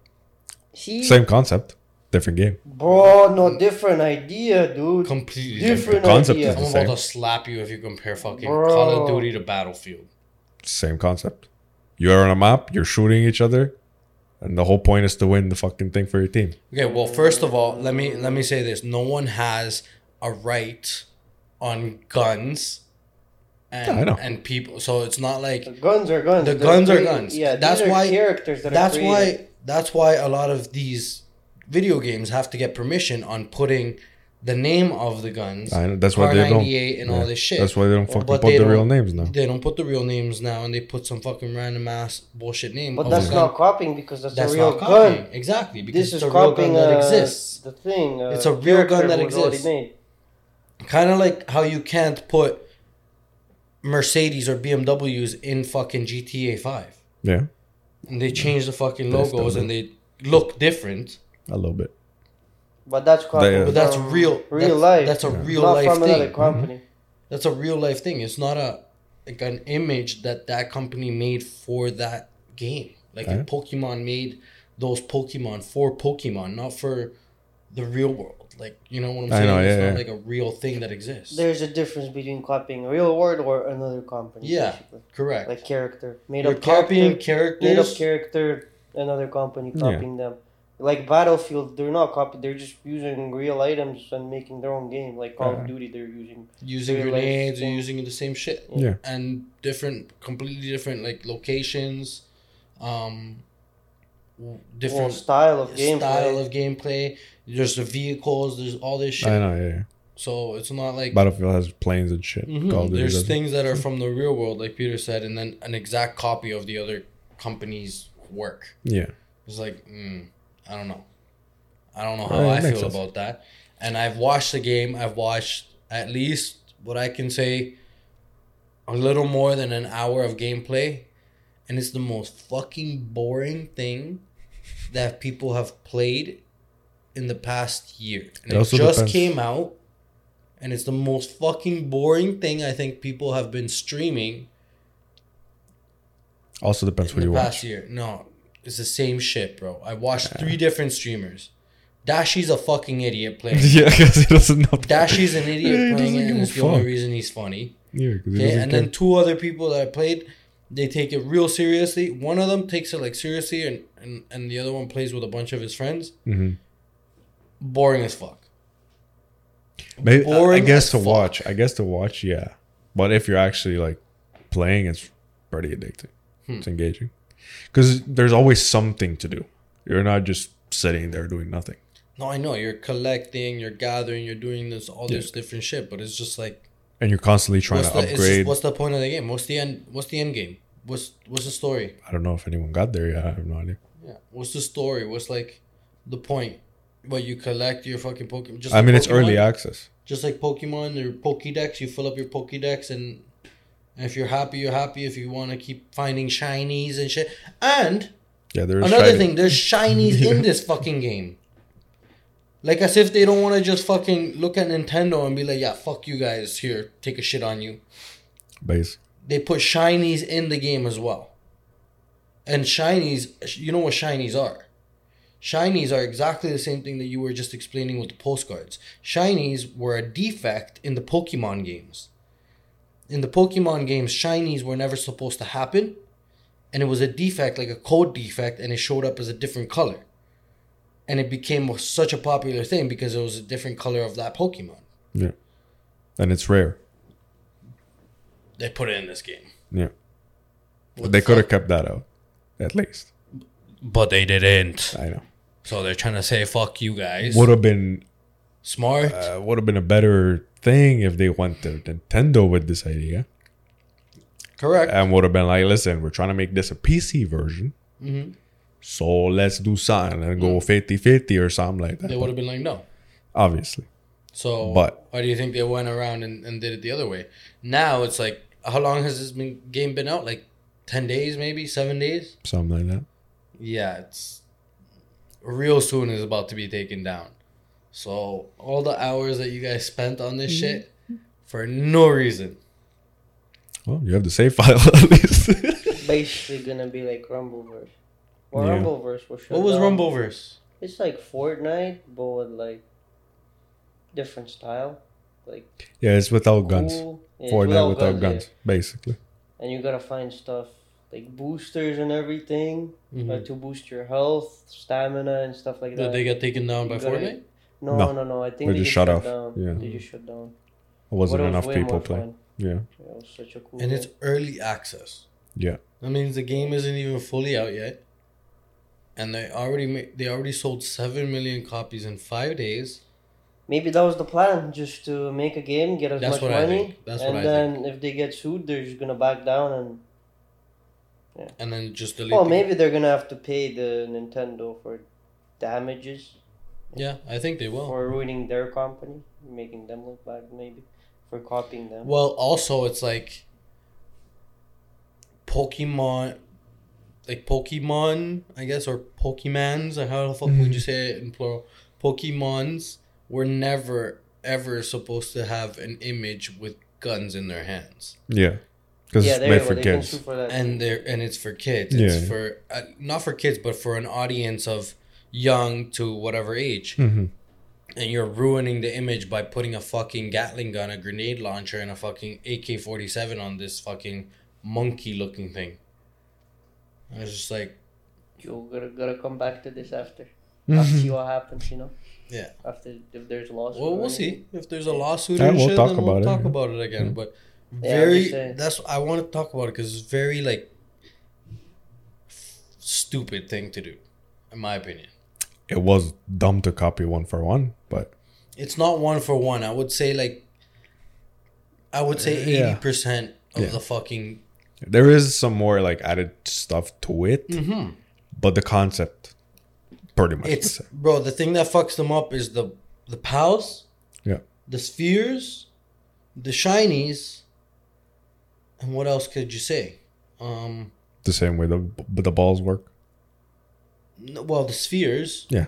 B: See,
A: Same concept, different game.
B: bro, no different idea, dude.
C: Completely
B: different
C: different.
A: Concept
B: idea.
A: is
C: I'm
A: the same.
C: about to slap you if you compare fucking
B: Bro.
C: Call of Duty to Battlefield.
A: Same concept. You're on a map. You're shooting each other, and the whole point is to win the fucking thing for your team.
C: Okay, well, first of all, let me let me say this: no one has a right on guns and
A: Yeah, I know.
C: and people. So it's not like
B: The guns are guns.
C: The
B: They're
C: guns are
B: created-
C: guns.
B: Yeah,
C: That's
B: these are
C: why-
B: characters that
C: that's
B: are created.
C: why that's why a lot of these video games have to get permission on putting the name of the guns.
A: I know, that's why they don't.
C: R98 and all this shit.
A: That's why they don't fucking
C: But
A: put
C: they
A: the real
C: don't-
A: names now.
C: They don't put the real names now, and they put some fucking random ass bullshit name.
B: But
C: of
B: that's
C: the gun.
B: not copying because that's,
C: Oh, that's
B: a real
C: not
B: gun.
C: copying exactly because
B: This is
C: it's a real
B: copying
C: gun that
B: uh,
C: exists.
B: The thing. Uh,
C: It's a real gun
B: character
C: that
B: was already
C: exists.
B: made.
C: Kind of like how you can't put Mercedes or BMWs in fucking GTA 5.
A: Yeah,
C: And they change the fucking
A: That's
C: logos
A: dumb.
C: and they look different.
A: a little bit.
B: But that's copying.
A: They, uh,
C: But that's
B: from
C: real.
B: Real
C: that's,
B: life.
C: That's a real
B: not
C: life
B: from another
C: thing. Mm-hmm.
B: company.
C: That's a real life thing. It's not a like an image that that company made for that game. Like
A: Okay.
C: if Pokemon made those Pokemon for Pokemon, not for the real world. Like you know what I'm
A: I
C: saying?
A: know,
C: it's
A: yeah,
C: not
A: yeah.
C: like a real thing that exists.
B: There's a difference between copying a real word or another company.
C: Yeah.
B: basically.
C: Correct.
B: Like character. Made
C: You're
B: up character.
C: copying
B: Made up
C: characters.
B: character. Another company
A: Yeah.
B: copying them. Like Battlefield, they're not copy. They're just using real items and making their own game. Like Call
A: Uh-huh.
B: of Duty, they're using.
C: using
B: Real life
C: grenades and
B: thing.
C: using the same shit.
A: Yeah.
C: And different, completely different like locations, um, w-
B: Different
C: different
B: style of game.
C: style of gameplay. There's the vehicles. There's all this
A: I
C: shit.
A: know. Yeah, yeah.
C: So it's not like
A: Battlefield has planes and shit.
C: Mhm.
A: Call of Duty
C: there's
A: doesn't.
C: things that are from the real world, like Peter said, and then an exact copy of the other company's work.
A: Yeah,
C: It's like, mm, I don't know. I don't know how
A: Alright,
C: I
A: makes
C: feel
A: sense.
C: about that. And I've watched the game. I've watched at least what I can say a little more than an hour of gameplay. And it's the most fucking boring thing that people have played in the past year. And
A: It
C: it,
A: also
C: just
A: depends.
C: came out. And it's the most fucking boring thing I think people have been streaming
A: also depends what you
C: in the
A: watch.
C: past year. No, it's the same shit, bro. I watched three different streamers. Dashi's a fucking idiot playing.
A: [laughs] [laughs]
C: it.
A: yeah, because he doesn't know.
C: Dashi's an
A: He
C: idiot playing
A: doesn't
C: it,
A: give
C: and
A: a
C: it's the only
A: fuck.
C: reason he's funny.
A: [laughs] Yeah, because he
C: Okay,
A: doesn't
C: and
A: care.
C: then two other people that I played, they take it real seriously. One of them takes it like seriously, and and, and the other one plays with a bunch of his friends.
A: Mhm.
C: Boring as fuck.
A: Maybe, I- I
C: boring
A: guess
C: as
A: to
C: fuck.
A: watch. I guess to watch. Yeah, but if you're actually like playing, it's pretty addicting.
C: Hmm.
A: It's engaging because there's always something to do. You're not just sitting there doing nothing.
C: No, I know you're collecting, you're gathering, you're doing this all this different shit, but it's just like
A: and you're constantly trying
C: what's
A: to
C: the, it's just,
A: upgrade.
C: what's the point of the game? What's the end? What's the end game? What's what's the story?
A: I don't know if anyone got there yet. I have no idea.
C: Yeah. What's the story? What's like the point? But you collect your fucking Pokemon. Just
A: I
C: like
A: mean, it's
C: Pokemon-
A: early access.
C: Just like Pokemon, your Pokédex, you fill up your Pokédex, and, and if you're happy, you're happy. If you want to keep finding shinies and shit, and
A: Yeah, there's
C: another thing,
A: [laughs]
C: there's shinies in this fucking game. Like as if they don't want to just fucking look at Nintendo and be like, yeah, fuck you guys. Here, take a shit on you
A: Base.
C: they put shinies in the game as well. And shinies, you know what shinies are. Shinies are exactly the same thing that you were just explaining with the postcards. Shinies were a defect in the Pokemon games. In the Pokemon games, shinies were never supposed to happen, and it was a defect, like a code defect, and it showed up as a different color. And it became such a popular thing because it was a different color of that Pokemon.
A: Yeah, and it's rare.
C: They put it in this game.
A: Yeah,
C: What
A: they
C: the
A: could have
C: fuck?
A: kept that out, at least.
C: But they didn't.
A: I know.
C: So they're trying to say, "Fuck you guys."
A: Would have been
C: Smart.
A: uh, would have been a better thing if they went to Nintendo with this idea
C: Correct.
A: and would have been like, listen, we're trying to make this a PC version.
B: Mm-hmm.
A: So let's do something and
B: Mm.
A: go 50 50 or something like that.
C: they would have been like, "No."
A: Obviously.
C: So,
A: But-
C: why do you think they went around and, and did it the other way? Now it's like, how long has this been, game been out? Like ten days, maybe seven days.
A: Something like that.
C: Yeah, it's real soon is about to be taken down. So all the hours that you guys spent on this
B: Mm-hmm.
C: shit for no reason.
A: Well, you have the save [laughs] file at least. [laughs]
B: Basically gonna be like Rumbleverse. Well,
A: Yeah.
B: Rumbleverse was. shut
C: What was
B: down.
C: Rumbleverse?
B: It's like Fortnite, but with like different style, like
A: yeah, it's without guns.
B: cool. Yeah, it's
A: For that, without
B: yeah.
A: guns, basically.
B: And you gotta find stuff like boosters and everything
C: Mhm.
B: uh, to boost your health, stamina, and stuff like
C: That
B: that.
C: they got taken down by
B: You gotta-
C: Fortnite.
B: no,
A: No.
B: no, no, I think
A: They
B: they
A: just
B: just
A: shut
B: shut,
A: off.
B: down.
A: Yeah.
B: They just shut down.
A: It
B: But
A: wasn't
B: it was
A: enough
B: way
A: people
B: more
A: playing.
B: fun.
A: Yeah.
B: It was such a cool.
C: And
B: game.
C: it's early access.
A: Yeah.
C: That means the game isn't even fully out yet, and they already ma- they already sold seven million copies in five days.
B: Maybe that was the plan, just to make a game, get as
C: That's
B: much
C: what I
B: money,
C: think. That's
B: and
C: what I
B: then if they get sued, they're just gonna back down and.
C: and then just delete.
B: Well,
C: the-
B: maybe they're gonna have to pay the Nintendo for damages
C: Yeah, I think they will.
B: for ruining their company, making them look bad, maybe for copying them.
C: Well, also it's like Pokemon, like Pokemon, I guess, or Pokemans, or how the fuck would you say it in plural? Pokemons were never ever supposed to have an image with guns in their hands,
A: Yeah. Because
B: yeah,
A: it's
B: there you
A: made
B: go.
A: for
B: they can sue
A: kids.
B: for that.
C: and they're and it's for kids. It's
A: Yeah.
C: for uh, not for kids, but for an audience of young to whatever age.
A: hmm
C: and you're ruining the image by putting a fucking Gatling gun, a grenade launcher, and a fucking AK forty seven on this fucking monkey looking thing. I was just like,
B: you gotta gotta come back to this after.
A: Mm-hmm.
B: After see what happens, you know.
C: Yeah.
B: After if there's losses.
C: well, we'll see if there's a lawsuit.
A: Yeah,
C: and
A: we'll
C: shit,
A: talk
C: then
A: about it, Mm-hmm.
C: Talk
A: yeah.
C: about it again, but
B: Yeah, I'm
C: very.
B: just saying.
C: that's I want to talk about it because it's very like stupid thing to do, in my opinion.
A: It was dumb to copy one for one, but
C: It's not one for one. I would say like, I would say eighty
A: Yeah.
C: percent of
A: Yeah.
C: the fucking.
A: there is some more like added stuff to it.
C: Mm-hmm.
A: But the concept, pretty much.
C: It's
A: the same.
C: bro. The thing that fucks them up is the the pals,
A: Yeah.
C: the spheres, the shinies, and what else could you say? Um,
A: the same way the but the balls work.
C: n- well, the spheres.
A: Yeah.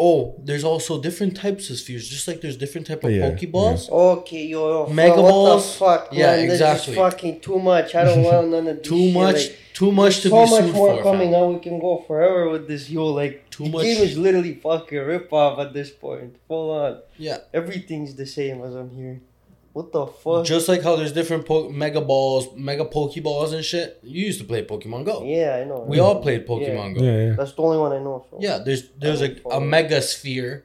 C: Oh, there's also different types of spheres. Just like there's different type of
A: Yeah,
C: Pokeballs.
B: Okay, yo, yo,
C: Mega
B: fuck,
C: balls?
B: What the fuck,
C: Yeah,
B: man?
C: exactly.
B: This is fucking too much. I don't want
C: [laughs]
B: none of this.
C: Too
B: shit,
C: much.
B: like-
C: Too much to
B: so
C: be
B: much
C: sued
B: more
C: for.
B: coming
C: Coming
B: out. We can go forever with this, yo. Like
C: Too
B: the
C: much.
B: game is literally fucking rip off at this point. Full on.
C: Yeah.
B: Everything's the same as I'm hearing. What the fuck?
C: Just like how there's different po- Mega Balls, Mega Pokeballs, and shit. You used to play Pokemon Go.
B: yeah, I know.
C: We all played Pokemon Go.
A: Yeah, yeah.
B: That's the only one I know. So.
C: Yeah, there's there's a,
B: Oh.
C: a mega sphere,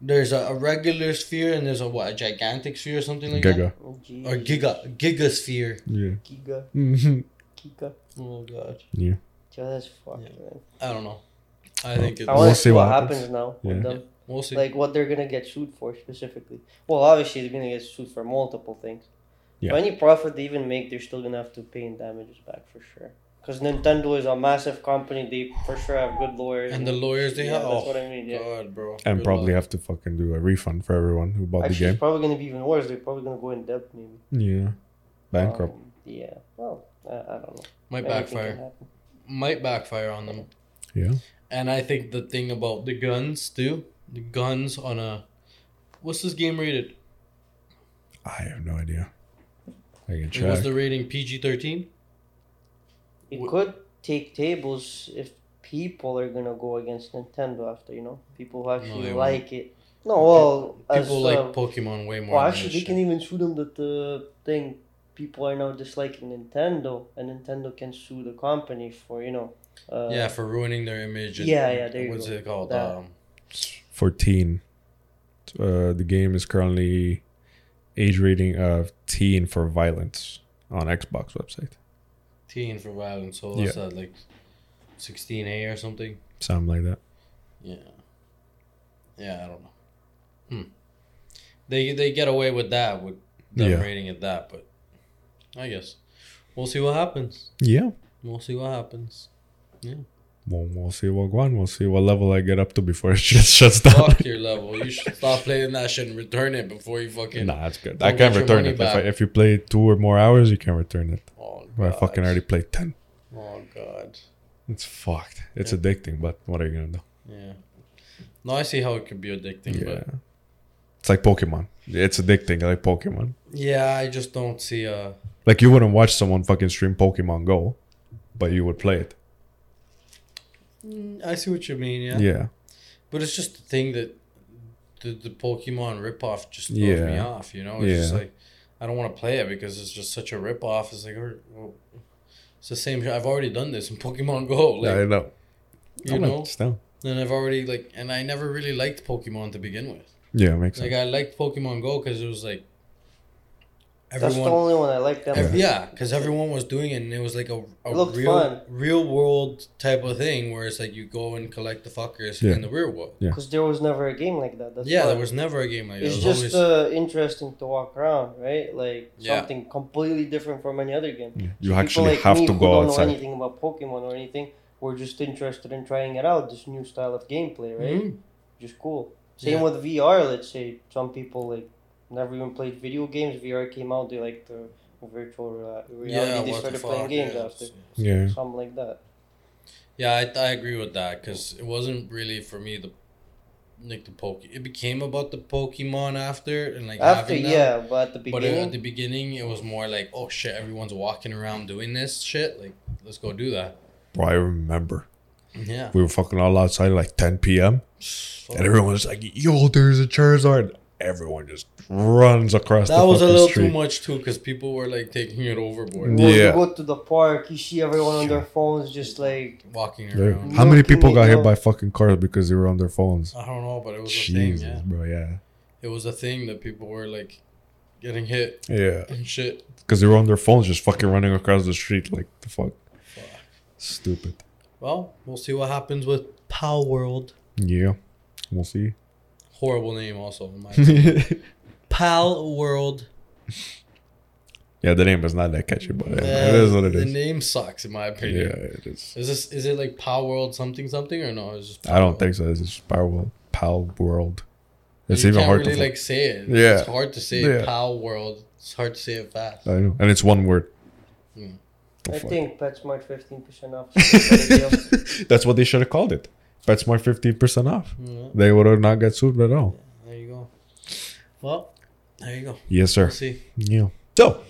C: there's a, a regular sphere, and there's a what a gigantic sphere or something like
A: Giga.
B: Oh,
C: that,
B: Jesus.
C: or giga giga sphere.
A: Yeah. [laughs]
B: Giga.
A: Mhm.
B: Giga.
C: Oh god,
A: Yeah.
B: Yo, that's fucked,
C: Yeah.
B: man.
C: I don't know. I think it's
B: I want
A: We'll
B: to
A: see
B: see what
A: what
B: happens,
A: happens.
B: now
A: Yeah.
B: with them.
C: we'll see.
B: Like what they're gonna get sued for specifically. Well, obviously they're gonna get sued for multiple things.
A: Yeah.
B: So any profit they even make, they're still gonna have to pay in damages back for sure. Because Nintendo is a massive company, they for sure have good lawyers.
C: and the lawyers they
B: Yeah,
C: have.
B: that's
C: Oh
B: what I mean, yeah.
C: god, bro.
A: And
C: Good
A: probably
C: luck.
A: have to fucking do a refund for everyone who bought
B: Actually,
A: the
B: it's
A: game.
B: probably gonna be even worse. They're probably gonna go in debt, maybe.
A: Yeah. Bankrupt.
B: Um, yeah. Well, I, I don't know.
C: might
B: Anything can
C: backfire.
B: happen.
C: Might backfire on them.
A: Yeah.
C: And I think the thing about the guns too, the guns on a, what's this game rated?
A: I have no idea. I can
C: It was
A: check.
C: the rating PG thirteen.
B: It
C: Wh-
B: could take tables if people are gonna go against Nintendo after you know people who actually
C: they won't.
B: like it. No, well, as,
C: People like
B: uh,
C: Pokemon way more.
B: Well,
C: than
B: actually,
C: this
B: they
C: shit.
B: can even sue them that the thing people are now disliking Nintendo, and Nintendo can sue the company for you know. Uh,
C: yeah, for ruining their image.
B: Yeah, yeah, there you
C: What's
B: go.
C: it called?
B: That.
C: Um,
A: 14. Uh, the game is currently age rating of teen for violence on Xbox website.
C: teen for violence. So what's that like? Sixteen A or something.
A: Something like that.
C: Yeah. Yeah, I don't know. Hmm. They they get away with that with them
A: Yeah.
C: rating it that, but I guess we'll see what happens.
A: Yeah.
C: We'll see what
A: [laughs]
C: happens.
A: Well, we'll see what go on. We'll see what level I get up to before [laughs] it just shuts down.
C: Fuck your level. You should stop playing that shit and return it before you fucking.
A: nah, that's good.
C: Don't
A: I can't
C: get your
A: return
C: money
A: it. If, I,
C: back.
A: if you play two or more hours, you can return it.
C: Oh,
A: But I fucking
C: God.
A: already played 10.
C: Oh god.
A: It's fucked. It's addicting, but what are you going to do?
C: Yeah. No, I see how it could be addicting,
A: Yeah.
C: but
A: It's like Pokemon. It's addicting, like Pokemon.
C: yeah, I just don't see. Uh,
A: Like you wouldn't watch someone fucking stream Pokemon Go, but you would play it.
C: mm, I see what you mean. Yeah.
A: Yeah. Yeah.
C: But it's just the thing that the, the Pokemon ripoff just throws me
A: Yeah.
C: off, you know? It's just
A: Yeah.
C: like, I don't want to play it because it's just such a ripoff. It's like, or- well, it's the same. I've already done this in [laughs] Pokemon Go. Like,
A: I know.
C: you know?
A: Still.
C: And I've already, like, and I never really liked Pokemon to begin with.
A: Yeah, it makes
C: Like,
A: sense.
C: I liked Pokemon Go because it was like,
B: That's the
C: everyone.
B: only one I like that
C: ev-
B: much.
C: yeah, because everyone was doing it, and it was like a,
B: It
C: a
B: looked
C: real
B: fun.
C: real world type of thing where it's like you go and collect the fuckers
A: Yeah.
C: in the real world.
A: Yeah.
B: Because there was never a game like that. That's
C: yeah,
B: why.
C: there was never a game like that.
B: It's
C: It was
B: just
C: always-
B: uh, interesting to walk around, right? Like
C: Yeah.
B: something completely different from any other
C: uh,
B: game.
A: Yeah.
B: People
A: You actually
B: like
A: have
B: me
A: to
B: who
A: go
B: don't know
A: outside.
B: anything about Pokemon or anything. We're just interested in trying it out. This new style of gameplay, right?
C: Mhm.
B: Just cool. Same
C: Yeah.
B: with VR. Let's say some people like never even played video games. VR came out. They like the virtual uh, reality. they
C: what the
B: started playing
C: fuck,
B: games
C: yeah.
B: after
A: Yeah.
B: something like that.
C: Yeah, I, I agree with that because it wasn't really for me the like the poke. It became about the Pokemon after and like
B: After
C: having them.
B: yeah, but at the
C: But at the
B: beginning,
C: beginning, it was more like, oh shit, everyone's walking around doing this shit. Like, let's go do that.
A: Bro, I remember.
C: Yeah.
A: We were fucking all outside like 10 p.m.
C: Fuck.
A: And everyone was like, yo, there's a Charizard. Everyone just runs across
C: That
A: the
C: was a
A: fucking
C: little
A: street.
C: too much too because people were like taking it overboard,
B: when
A: yeah.
B: you go to the park, you see everyone on their phones, just like
C: walking
A: Yeah.
C: around.
A: How many
B: Looking
A: people
B: at
A: got
B: your-
A: hit by fucking cars because they were on their phones?
C: I don't know, but it was
A: Jesus,
C: a thing.
A: bro. Yeah.
C: Yeah, it was a thing that people were like getting hit
A: Yeah.
C: and shit.
A: Because they were on their phones just fucking running across the street. Like, the fuck?
C: Fuck.
A: Stupid.
C: Well, we'll see what happens with Pow World.
A: Yeah. We'll
C: [laughs]
A: see.
C: Horrible name, also. In my
A: [laughs]
C: opinion.
A: yeah,
C: Pal World.
A: the name is not that catchy, but
C: Uh,
A: it is what it
C: the
A: is.
C: name sucks, in my opinion.
A: Yeah, it is.
C: Is this is it like Pal World something something or no? It's just
A: I don't think so. This is Power World. Pal World.
C: And
A: It's
C: you
A: even
C: can't
A: hard
C: really
A: to
C: like say it.
A: Yeah.
C: it's hard to say
A: Yeah.
C: Pal World. It's hard to say it fast.
A: I know, and it's one word.
C: Hmm.
A: The
B: I
A: fuck?
B: think PetSmart fifteen percent off. [laughs] is a better deal.
A: [laughs] That's what they should have called it. PetSmart fifteen percent off.
C: Yeah,
A: They would have not got sued at all.
C: there you go. Well, there you go.
A: Yes, sir.
C: We'll see.
A: Yeah. So,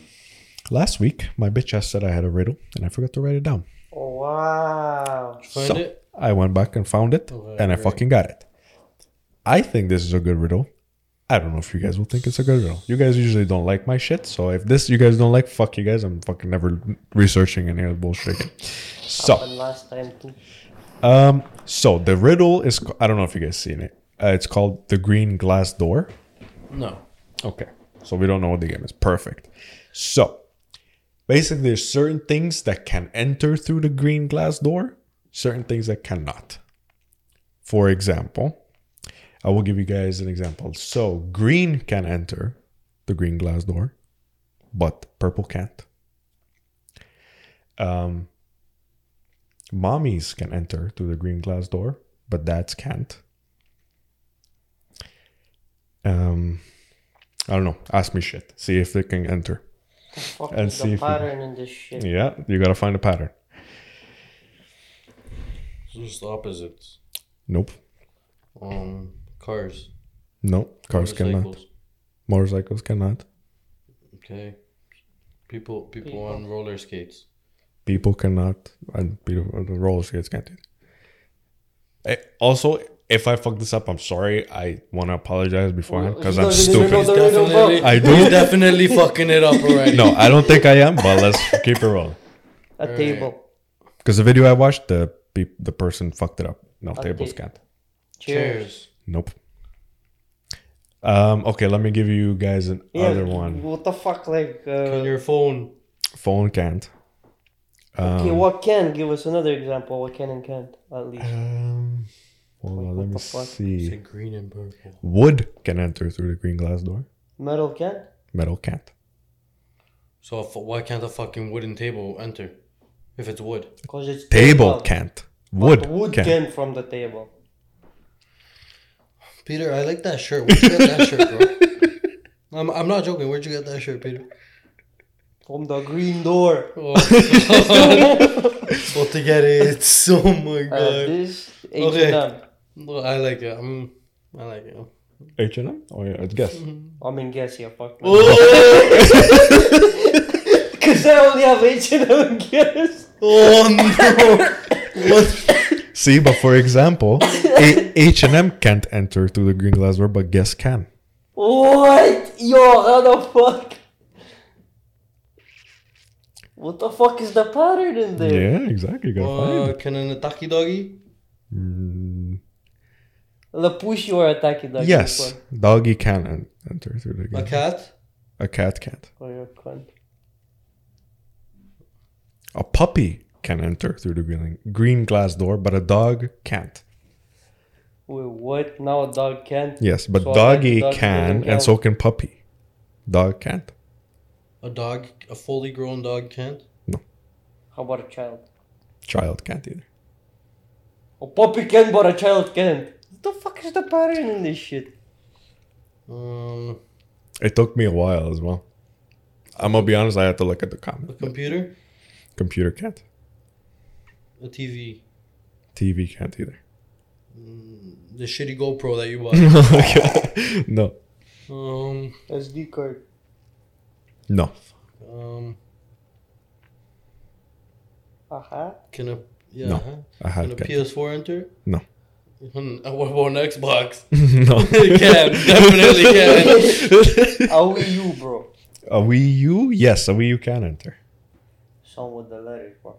A: last week my bitch ass said I had a riddle, and I forgot to write it down.
B: Oh, wow.
C: Find
A: So-
C: it.
A: I went back and found it,
C: Okay,
A: and I
C: great.
A: fucking got it. I think this is a good riddle. I don't know if you guys will think it's a good riddle. You guys usually don't like my shit, so if this you guys don't like, fuck you guys. I'm fucking never researching any of the bullshit. again. So,
B: And last time too.
A: um, so the riddle is c- I don't know if you guys seen it. Uh, it's called the green glass door.
C: No.
A: Okay. So we don't know what the game is. Perfect. So basically, there's certain things that can enter through the green glass door, certain things that cannot. For example, I will give you guys an example. So green can enter the green glass door, but purple can't. Um, mommies can enter through the green glass door, but dads can't. Um, I don't know. Ask me shit. See if they can enter.
B: Fuck
A: And
B: is
A: see
B: the
A: if we-
B: pattern in this shit.
A: Yeah, you gotta find a pattern.
C: It's just opposites.
A: Nope.
C: Um, cars.
A: No, cars cannot.
C: motorcycles.
A: Motorcycles cannot.
C: Okay. People, people,
B: People.
C: on roller skates.
A: People cannot. And people, the roller skates can't. do it. Eh, Also, if I fuck this up, I'm sorry. I want to apologize beforehand because I'm
B: Because you don't
A: stupid.
B: know There you go,
C: Definitely,
A: bro. I do.
C: He's definitely fucking it up already.
A: [laughs] No, I don't think I am, but let's keep it rolling.
B: A
C: Right.
B: table.
A: Because the video I watched, the peop- the person fucked it up. No, tables
B: Okay.
A: can't.
B: Cheers.
A: Nope. Um. Okay, let me give you guys another
B: Yeah,
A: one.
B: What the fuck? Like,
C: On
B: uh,
C: your phone.
A: Phone can't. Uh,
B: okay, what can? Give us another example. What can and can't, at least.
A: Um, Hold
B: Wait,
A: on,
B: what
A: let me
B: the fuck?
C: Say
A: see.
C: green and purple.
A: Wood can enter through the green glass door.
B: Metal can?
A: Metal can't.
C: So if, why can't a fucking wooden table enter if it's wood?
B: Because it's
A: Table can't. Wood,
B: But Wood
A: can't.
B: can from the table.
C: Peter, I like that shirt. Where'd you get that shirt, bro? I'm, I'm not joking. Where'd you get that shirt, Peter?
B: From the green door.
C: Oh, to get it. Oh my
B: Uh,
C: god.
B: this H&M.
C: Okay. Well, I like it. I'm, I like it.
A: H&M? Oh yeah, it's guess.
B: I mean, guess you fuck [laughs] me.
C: Oh,
B: Because I only have H&M and guess.
C: oh no. What?
A: See, but for example, A- H&M can't enter through the green glass door, but guess can.
B: What? Yo, how the fuck? What the fuck is the pattern in there?
A: Yeah, exactly. You gotta find
C: Uh,
A: it.
C: can an ataki doggy?
A: Mm,
B: The push you are attacking that.
A: yes, doggy can en- enter through the
C: A
A: green.
C: cat?
A: A cat can't.
B: Or your cunt.
A: A puppy can enter through the green, green glass door, but a dog can't.
B: Wait, what? Now a dog can't?
A: Yes, but
B: So I guess
A: doggy
B: dog
A: can,
B: doesn't
A: and so can puppy. Dog can't.
C: A dog, a fully grown dog can't?
B: How about a child?
A: Child can't either.
B: A puppy can, but a child can't. What the fuck is the pattern in this shit?
C: Um,
A: It took me a while as well. I'm gonna be honest. I had to look at the
C: a
A: comment.
C: computer?
A: Computer can't.
C: A TV?
A: TV can't either.
C: The shitty GoPro that you bought?
A: [laughs] Okay. [laughs] no,
C: um,
B: SD card.
A: no.
C: um,
B: Aha.
C: can a, yeah,
A: No.
C: huh?
A: I
C: Can a
A: had can't.
C: PS4 enter?
A: No.
C: Hmm, uh, What about an Xbox?
A: [laughs]
C: [laughs]
A: no.
C: It can, definitely can.
B: How are you, bro?
A: [laughs] A Wii U? Yes, a Wii U can enter. [laughs]
B: Some with the letters, bro.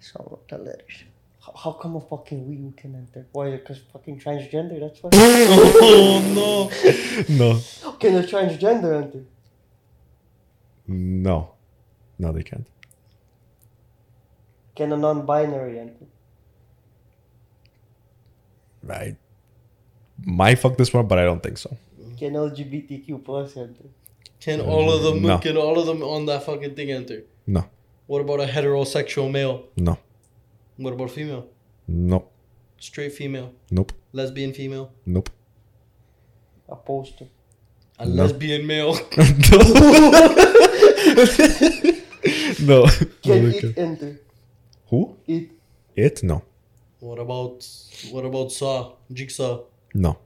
B: Some with the letters. How, how come a fucking Wii U can enter? Why? Because fucking transgender, that's why.
C: oh no!
A: No.
B: how [laughs] can a transgender enter?
A: No. No, they can't.
B: Can a non binary enter?
A: Mm-hmm. I might fuck this one, but I don't think so.
B: Can LGBTQ plus enter?
C: Can all of them?
A: No.
C: Can all of them on that fucking thing enter?
A: No.
C: What about a heterosexual male?
A: No.
C: What about female?
A: Nope.
C: Straight female?
A: Nope.
C: Lesbian female?
A: Nope.
B: A poster.
C: A
A: No.
C: lesbian
A: [laughs]
C: male? [laughs]
A: no.
B: Can
A: No, they
B: it
A: can't.
B: enter?
A: Who?
B: It.
A: It? No.
C: What about what about Saw? Jigsaw?
A: No.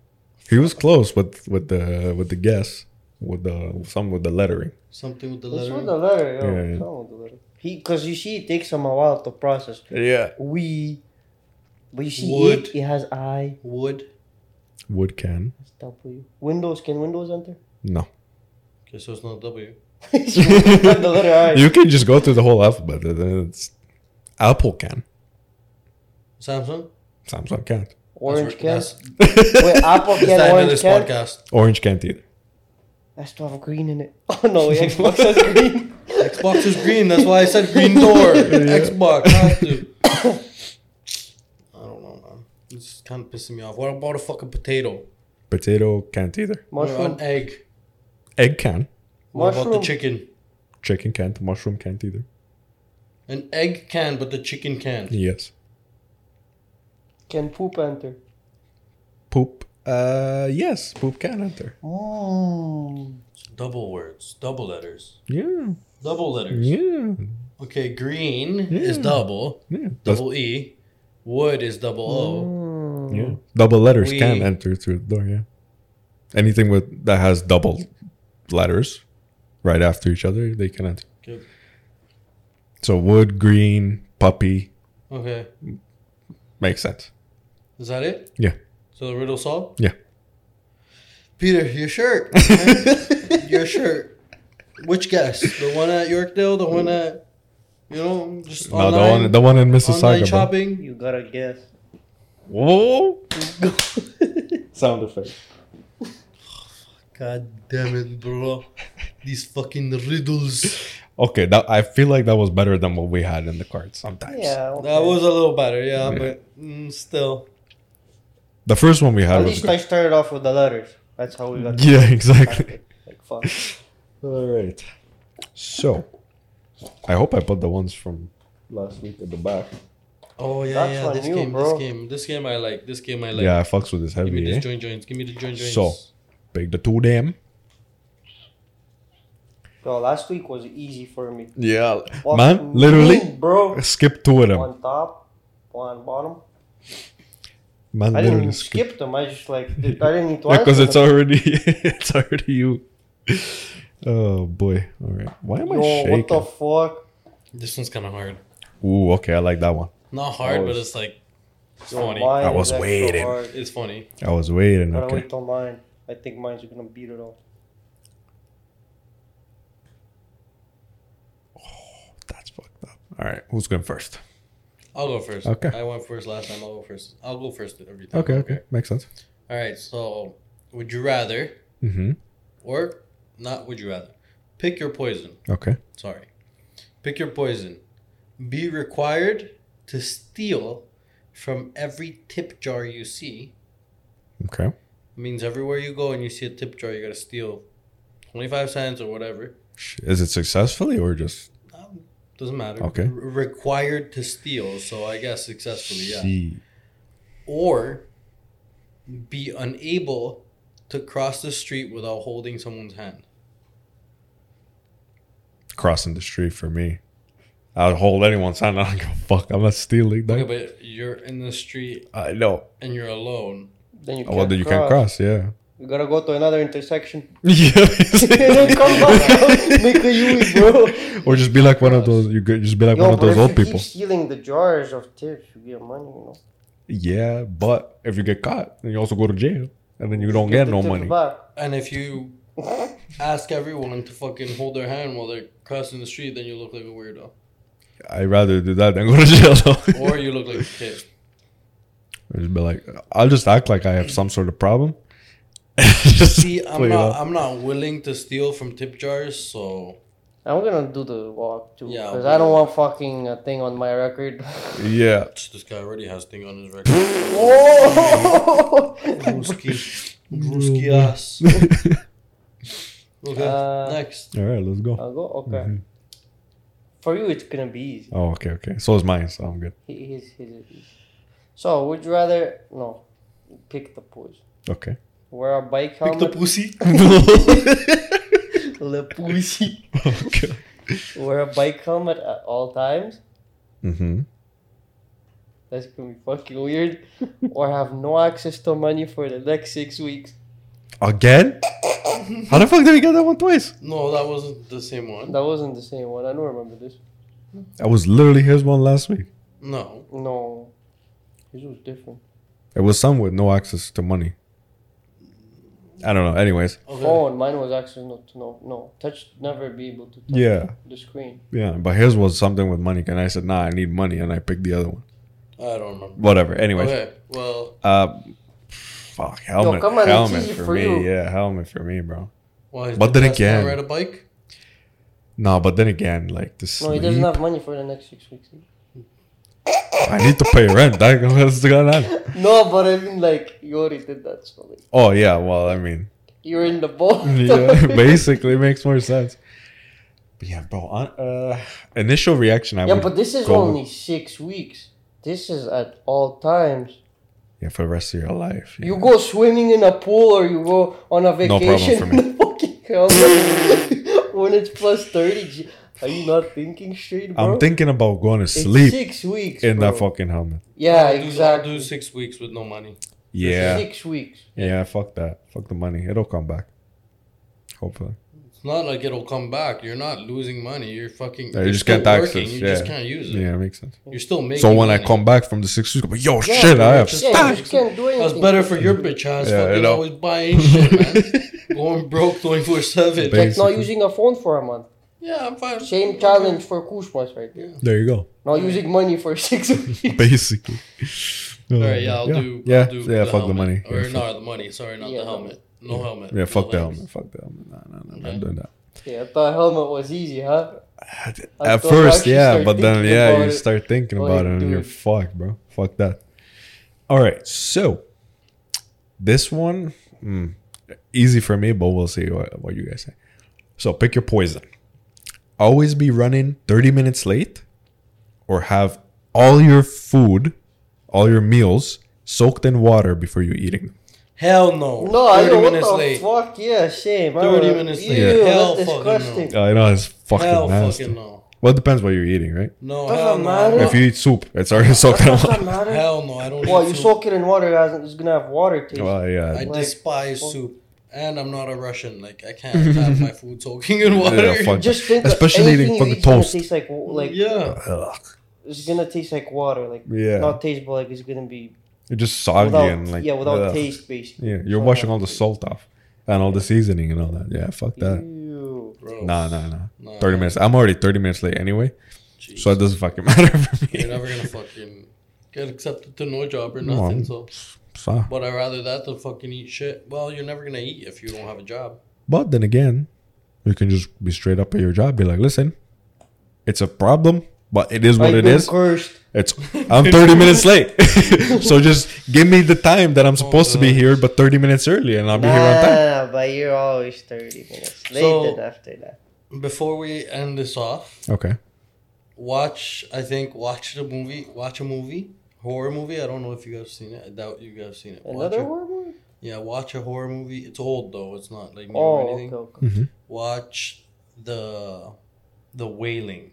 A: He was close with with the with the guess with the some with the lettering.
C: Something with the
B: That's
C: letter.
B: with the letter, yo.
A: Yeah, yeah.
B: Some with the letter. He, because you see, it takes him a while to process.
A: Yeah.
B: We. But you see,
C: Wood.
B: it, it has I.
C: Wood.
A: Wood
B: [laughs]
A: can.
B: It's W. Windows, can Windows [laughs] enter?
A: No.
C: Okay, so it's not W.
B: It's not the letter I.
A: You can just go through the whole alphabet. and then It's Apple can.
C: Samsung.
A: Samsung can't.
B: Orange can.
C: That's,
A: [laughs]
B: Wait, apple
C: that's the
B: can,
C: end of
B: orange
C: this
B: can.
C: podcast.
A: Orange can't either.
B: I still have green in it. [laughs] Oh no, wait, Xbox has green.
C: Xbox is green. That's why I said green door.
A: [laughs]
C: Xbox has
A: [coughs]
C: to. I don't know, man. It's kind of pissing me off. What about a fucking potato?
A: Potato can't either.
C: Or
B: Mushroom.
C: an egg?
A: Egg can.
C: What about
B: Mushroom.
C: the chicken?
A: Chicken can't. Mushroom can't either.
C: An egg can, but the chicken can.
A: Yes.
B: Can poop enter?
A: Poop. Uh, yes. Poop can enter.
B: Mm.
C: Double words, double letters,
A: Yeah.
C: double letters.
A: Yeah.
C: Okay, green is
A: Yeah.
C: double,
A: Yeah. That's,
C: double e. Wood is double o.
B: Hmm.
A: yeah. Double letters
C: We-
A: can enter through the door. Yeah. Anything with that has double letters right after each other, they can enter.
C: Okay.
A: So wood, green, puppy
C: okay,
A: makes
C: [laughs]
A: sense.
C: is that it?
A: Yeah.
C: So the riddle solved.
A: Yeah.
C: Peter, your
A: [laughs]
C: shirt, your shirt. Which guest? The one at Yorkdale, the one at, you know, just
A: No, the
C: online,
A: one, the one in
C: online
A: Mississauga. bro.
C: shopping.
B: You gotta [laughs] guess.
A: Whoa! Sound effect.
C: God damn it, bro! These fucking riddles.
A: Okay, that, I feel like that was better than what we had in the cards sometimes.
B: yeah. Okay.
C: That was a little better, yeah,
A: Yeah.
C: but mm, still.
A: The first one we had
B: At
A: was
B: least I
A: good.
B: started off with the letters. That's how we got.
A: Yeah, [laughs] exactly.
B: Like fuck.
A: All right. So, I hope I put the ones from last week at the back.
C: Oh yeah,
B: That's
C: yeah.
B: on
C: This
B: you,
C: game,
B: bro.
C: this game, this game. I like. This game I like.
A: Yeah, I fucks with this
C: Give me
A: heavy.
C: this
A: Eh?
C: joint joints. Give me the joint joints.
A: So, pick the two them.
B: Yo, last week was easy for me.
A: Yeah,
B: Fuck
A: man,
B: me,
A: literally
B: bro.
A: skip two of them.
B: One top, one bottom.
A: Man,
B: I didn't
A: literally
B: even
A: skip.
B: skip them. I just like did, I didn't need to.
A: Because
B: answer
A: it's
B: them.
A: already, [laughs] it's already you. Oh boy! All right. Why am I
B: Yo, what the
A: shaking?
B: fuck?
C: this one's kind of hard.
A: Ooh, okay, I like that one.
C: Not hard,
A: was-
C: but it's like it's
B: Yo,
C: funny.
B: mine
A: I
B: is
A: was
B: extra
A: waiting.
B: hard.
C: It's funny.
A: I was waiting.
B: Gotta
A: Okay.
B: wait till mine. I think mine's gonna beat it all.
A: That's fucked up. All right, who's going first?
C: I'll go first.
A: Okay.
C: I went first last time. I'll go first. I'll go first every time.
A: Okay, okay, makes sense.
C: All right. So, would you rather
A: Mm-hmm.
C: or not? Would you rather pick your poison?
A: Okay.
C: Sorry, pick your poison. Be required to steal from every tip jar you see.
A: Okay.
C: means everywhere you go and you see a tip jar, you gotta steal twenty five cents or whatever.
A: Sh- Is it successfully or just?
C: Um, doesn't matter.
A: Okay.
C: R- required to steal, so I guess successfully, yeah.
A: Gee.
C: Or be unable to cross the street without holding someone's hand.
A: crossing the street for me. I'd hold anyone's hand. I don't give a fuck. I'm not stealing.
C: Okay,
A: That.
C: but you're in the street
A: I know.
C: and you're alone.
B: Then you
A: Oh,
B: can't,
A: well, then you can't cross.
B: [laughs]
A: Yeah. [laughs]
B: You gotta go to another intersection. [laughs]
A: yeah.
B: Come back, make a U, bro.
A: Or just be like one of those. You could just be like
B: Yo,
A: one of
B: but
A: those
B: if
A: old
B: you
A: people.
B: keep stealing the jars of tips, you get money, you know.
A: Yeah, but if you get caught, then you also go to jail, and then you don't
B: Give
A: get
B: the
A: no
B: tips
A: money.
B: back. [laughs]
C: And if you ask everyone to fucking hold their hand while they're crossing the street, then you look like a weirdo.
A: I'd rather do that than go to jail. Though.
C: [laughs] Or you look like a [laughs] kid.
A: I'd [laughs] just be like, I'll just act like I have some sort of problem. [laughs] Just
C: See,
A: play
C: I'm
A: it
C: not
A: off.
C: I'm not willing to steal from tip jars, so
B: I'm gonna do the walk too,
C: Yeah,
B: because
C: I'll
B: I
C: do
B: don't
C: it.
B: want fucking a thing on my
A: [laughs]
B: record. [laughs]
C: [laughs]
A: Yeah.
C: this guy already has thing on his [laughs] record.
B: Whoa!
C: Ruski. Ruski ass. Okay.
B: Uh,
C: next.
A: All right, let's go.
B: I'll go. Okay.
A: Mhm.
B: For you, it's gonna be easy.
A: Oh, okay, okay. So is mine. So I'm good.
B: He, he's, he's, he's. So, would you rather no pick the poison?
A: Okay.
B: Wear a bike helmet.
C: pussy.
B: Le pussy.
A: okay.
B: [laughs] Wear a bike helmet at all times.
A: Mm-hmm.
B: That's gonna be fucking weird. or have no access to money for the next six weeks.
A: Again? How the fuck did we get that one twice?
C: No, that wasn't the same one.
B: That wasn't the same one. I don't remember this.
A: That was literally his one last week.
C: No.
B: No, this was different.
A: It was some with no access to money. I don't know. Anyways.
C: Okay.
B: Phone. Mine was access not to no no touch. Never be able to touch
A: Yeah.
B: the screen.
A: Yeah. But his was something with money. And I said, nah, I need money. And I picked the other one.
C: I don't remember.
A: Whatever. Anyways.
C: Okay. Well,
A: Uh, fuck. Helmet.
B: come on, it's
A: helmet
B: easy
A: for,
B: for
A: me.
B: you.
A: Yeah. Helmet for me, bro.
C: why is
A: But
C: the
A: then
C: best man
A: again-
C: ride a bike?
A: No, but then again, like this.
B: No, he doesn't have money for the next six weeks.
A: I need to pay rent. [laughs] That- What's going on?
B: No, but I mean, like, you already did that, so like,
A: Oh, yeah. Well, I mean.
B: you're in the boat. [laughs]
A: [laughs] yeah, basically it makes more sense. But yeah, bro. on- Uh, initial reaction, I
B: Yeah,
A: would
B: but this is
A: go with-
B: only six weeks. This is at all times.
A: yeah for the rest of your life. yeah.
B: You go swimming in a pool or you go on a
A: problem
B: vacation.
A: for
B: in a [laughs] fucking helmet. [laughs] when it's plus 30, G- are you not thinking straight, bro?
A: I'm thinking about going to
B: It's
A: sleep
B: six weeks.
A: in that
B: bro.
A: fucking helmet.
B: Yeah,
C: I'll do-
B: exactly.
C: I'll do six weeks with no money.
A: Yeah,
B: Six weeks.
A: yeah. Fuck that. Fuck the money. It'll come back. Hopefully.
C: It's not like it'll come back. You're not losing money. You're fucking.
A: Yeah, you
C: you're
A: just
C: still
A: can't access,
C: working. You just
A: yeah.
C: can't use it.
A: Yeah, it makes sense.
C: You're still making.
A: So when I
C: money.
A: come back from the six weeks, I'll be, yo,
B: Yeah,
A: shit, I
B: bro,
A: have.
C: just-
B: Yeah, you
C: stacks.
B: just can't do anything.
C: That's better for your bitch ass.
A: Yeah, I
C: fucking
A: know.
C: always buying shit, man.
A: [laughs]
C: Going broke twenty four seven.
A: Ba-
B: Like not
A: basically.
B: using a phone for a month.
C: Yeah, I'm fine.
B: Same challenge for Kushmas right there.
A: There you go.
B: Not using money for [laughs] six weeks.
A: Basically.
C: All right, yeah, I'll
A: yeah.
C: do.
A: Yeah,
C: I'll do
A: yeah. fuck the
C: helmet.
A: money.
C: Or
A: Yeah,
C: no, the money. Sorry, not
B: Yeah,
C: the helmet. No helmet.
A: Yeah,
C: no
A: fuck the
C: legs.
A: helmet. Fuck the helmet. No, no, no. I'm
C: Okay.
A: not doing that.
B: yeah, I thought helmet was easy, huh?
A: At,
B: I
A: at
B: thought
A: first,
B: actually
A: yeah,
B: start
A: but then
B: thinking
A: yeah,
B: about
A: you
B: it.
A: start thinking
B: Like,
A: about it and you're
B: dude.
A: fucked, bro. Fuck that. All right, so This one, mm, easy for me, but we'll see what, what you guys say. So pick your poison. Always be running 30 minutes late or have all your food, all your meals soaked in water before you eating them.
C: Hell no.
B: No, I
C: 30
B: know what
C: minutes
B: the
C: late.
B: fuck. Yeah, shame. I
C: 30
B: would-
C: minutes
B: Ew,
C: late. Hell
B: that's
C: fucking no.
B: disgusting.
A: I know it's fucking
C: Hell
A: nasty.
C: fucking no.
A: Well, it depends what you're eating, right?
C: No,
B: Doesn't
C: hell no.
B: matter.
A: If you eat soup, it's already [laughs] soaked in
B: Doesn't
A: water.
B: matter.
C: Hell no, I don't
B: Well,
C: eat
B: you
C: soup.
B: soak it in water, it hasn't- it's gonna have water taste.
A: Well,
C: I
A: yeah.
B: Like-
C: despise soup. And I'm not a Russian. Like, I can't have
A: [laughs]
C: my food soaking in water.
A: Yeah,
C: Yeah,
A: fuck.
B: Just think,
A: Especially
B: especially
A: eating
B: anything you
A: fucking
B: eat's gonna
A: toast.
B: taste like w- like
A: Ugh.
B: it's gonna taste like water, like
A: Yeah.
B: not taste, but like it's gonna be
A: It's just soggy
B: without
A: and like
B: yeah, without
A: ugh.
B: taste basically.
A: Yeah, you're washing all the salt off and all the seasoning and all that. Yeah, fuck that.
B: Ew.
C: Gross.
A: Nah, nah, nah.
C: Mm. Nah,
A: 30 minutes. I'm already 30 minutes late anyway,
C: Jeez.
A: so it doesn't fucking [laughs] matter for
C: You're
A: me.
C: never gonna fucking get accepted to no job or
A: No,
C: nothing.
A: I'm-
C: so,
A: So,
C: but I rather that than fucking eat shit. Well, you're never gonna eat if you don't have a job.
A: but then again, you can just be straight up at your job, be like, listen, it's a problem, but it is what
B: I've
A: it
B: been
A: is.
B: Cursed.
A: It's I'm
B: [laughs]
A: 30 minutes late. [laughs] so just give me the time that
C: Oh,
A: I'm supposed to be
C: God.
A: here, but 30 minutes early, and I'll be
B: Nah,
A: here on time.
B: but you're always thirty minutes late
C: So-
B: than after that.
C: Before we end this off,
A: Okay.
C: watch. I think watch the movie. Watch a movie, horror movie. I don't know if you guys have seen it. I doubt you guys have seen it. Watch
B: Another
C: a-
B: horror movie?
C: Yeah, watch a horror movie. It's old though. It's not like new or
B: Oh,
C: anything.
B: okay, okay.
C: Watch the the Wailing.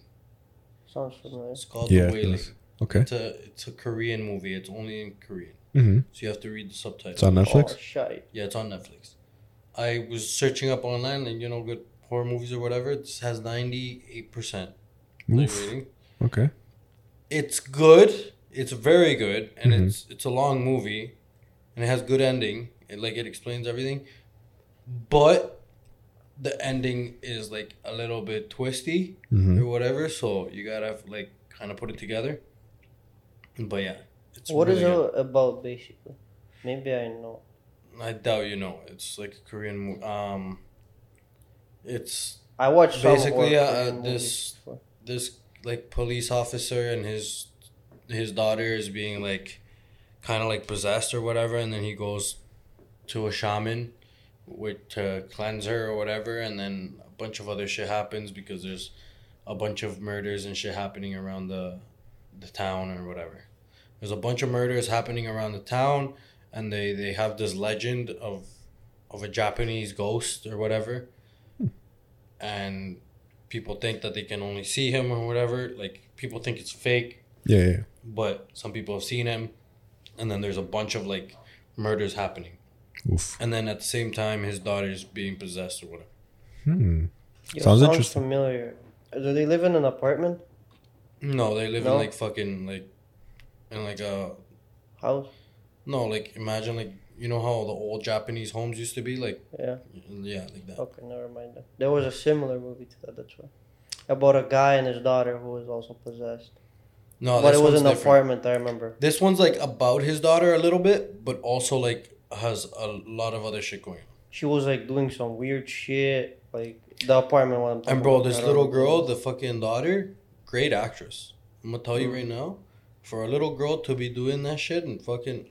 B: Sounds familiar.
C: It's called
A: Yeah.
C: the
A: it
C: Wailing.
A: does. Okay.
C: It's a it's a Korean movie. It's only in Korean,
A: Mm-hmm.
C: so you have to read the subtitles.
A: It's on Netflix.
B: Oh, shite.
C: Yeah, it's on Netflix. I was searching up online and you know good horror movies or whatever. This has ninety eight percent
A: Oof.
C: rating.
A: Okay.
C: It's good. It's very good, and
A: Mhm.
C: it's it's a long movie, and it has good ending. It like it explains everything, but the ending is like a little bit twisty
A: Mhm.
C: or whatever. So you gotta have, like kind of put it together. But yeah, it's
B: What is
C: really good.
B: it about basically? Maybe I know.
C: I doubt you know. It's like a Korean movie. Um, it's
B: I watched some
C: Basically,
B: horror
C: uh,
B: Korean movies
C: this-
B: before.
C: this like police officer and his his daughter is being like kind of like possessed or whatever, and then he goes to a shaman with to cleanse her or whatever, and then a bunch of other shit happens because there's a bunch of murders and shit happening around the the town or whatever. There's a bunch of murders happening around the town, and they they have this legend of of a Japanese ghost or whatever, and people think that they can only see him or whatever. Like people think it's fake,
A: Yeah, yeah.
C: but some people have seen him, and then there's a bunch of like murders happening,
A: Oof.
C: and then at the same time his daughter's being possessed or whatever.
A: Hmm.
B: Yeah,
A: Sounds interesting.
B: familiar. Do they live in an apartment
C: No, they live
B: No?
C: in like fucking like, in like a
B: house?
C: no like imagine like you know how the old Japanese homes used to be like
B: Yeah.
C: yeah like that.
B: Okay, never mind. Then. There was a similar movie to that. That's why. About a guy and his daughter who was also possessed,
C: No,
B: but
C: Oh, this
B: it was
C: one's
B: an
C: different.
B: apartment. I remember.
C: This one's like about his daughter a little bit, but also like has a lot of other shit going on.
B: She was like doing some weird shit, like the apartment one. I'm talking
C: And bro,
B: about, I
C: this
B: don't
C: little
B: know.
C: girl, the fucking daughter, great actress. I'm gonna tell you right now, for a little girl to be doing that shit and fucking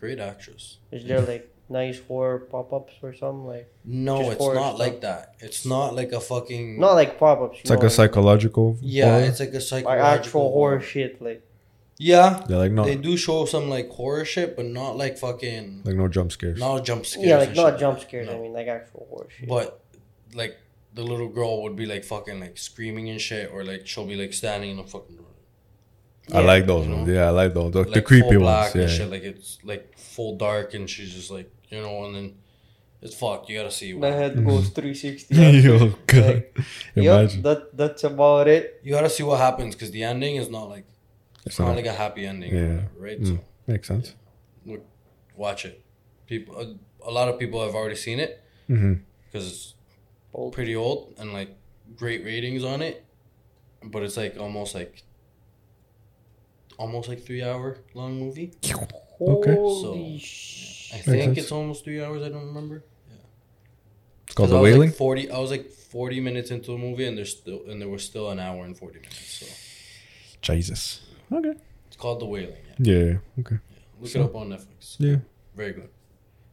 C: great actress.
B: Is there like nice horror pop ups or something like?
C: No,
B: Just
C: it's
B: horror
C: not
B: stuff.
C: like that. It's not like a fucking.
B: Not like pop ups.
A: It's like a psychological.
C: yeah,
A: horror.
C: it's like a
B: Like
C: psychological
B: actual horror shit, like
C: Yeah,
A: yeah, like no,
C: they do show some like horror shit, but not like fucking.
A: like no jump scares.
C: Not jump scares.
B: yeah, like
C: and
B: not
C: shit.
B: jump scares.
C: No.
B: I mean, like actual horror shit.
C: But like the little girl would be like fucking like screaming and shit, or like she'll be like standing in the fucking room.
A: I
B: Yeah.
A: like those
C: You know?
A: ones. Yeah, I like those. The, the
C: like,
A: creepy
C: full
A: ones.
C: black
A: Yeah.
C: and shit. Like it's like full dark, and she's just like you know, and then it's fucked. You gotta see.
B: My
C: What,
B: head goes
A: [laughs]
B: 360.
A: [laughs] Yo,
C: [laughs]
A: God.
B: Like, yep,
A: Imagine.
B: that that's about it.
C: you gotta see what happens because the ending is not like
A: It's
C: it's
A: not-
C: not like a happy ending.
A: Yeah.
C: Yeah. Whatever, right.
A: Mm.
C: So
A: Makes sense.
C: watch it. People, uh, a, a lot of people have already seen it
A: hmm
C: because it's
B: Old.
C: pretty old and like great ratings on it, but it's like almost like almost like three hour long movie.
A: Okay.
C: Oh,
B: Holy
C: I
B: shit.
C: think
A: sense.
C: it's almost three hours. I don't remember.
A: It's called
C: 'Cause I
A: the
C: was like
A: wailing.
C: Forty. I was like forty minutes into the movie, and there's still and there was still an hour and forty minutes. So
A: Jesus. Okay.
C: it's called The Wailing. Yeah.
A: Yeah. Okay.
C: Look
A: So-
C: it up on Netflix.
A: Yeah.
C: Very good.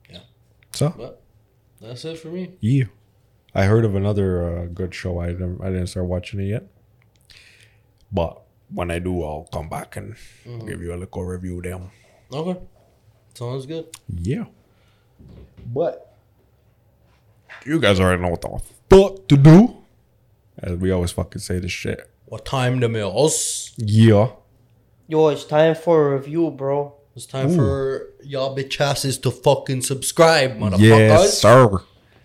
C: Yeah.
A: So
C: But that's it for me.
A: yeah, I heard of another uh, good show. I didn't, I didn't start watching it yet, but when I do, I'll come back and
C: Mm-hmm.
A: give you a little review. Them
C: Okay. Sounds good.
A: yeah, but you guys already know what the fuck to do. As we always fucking say this shit.
C: What time the meals?
A: Yeah.
B: Yo, it's time for a review, bro.
C: It's time for y'all bitch asses to fucking subscribe, motherfuckers.
A: Yes, sir.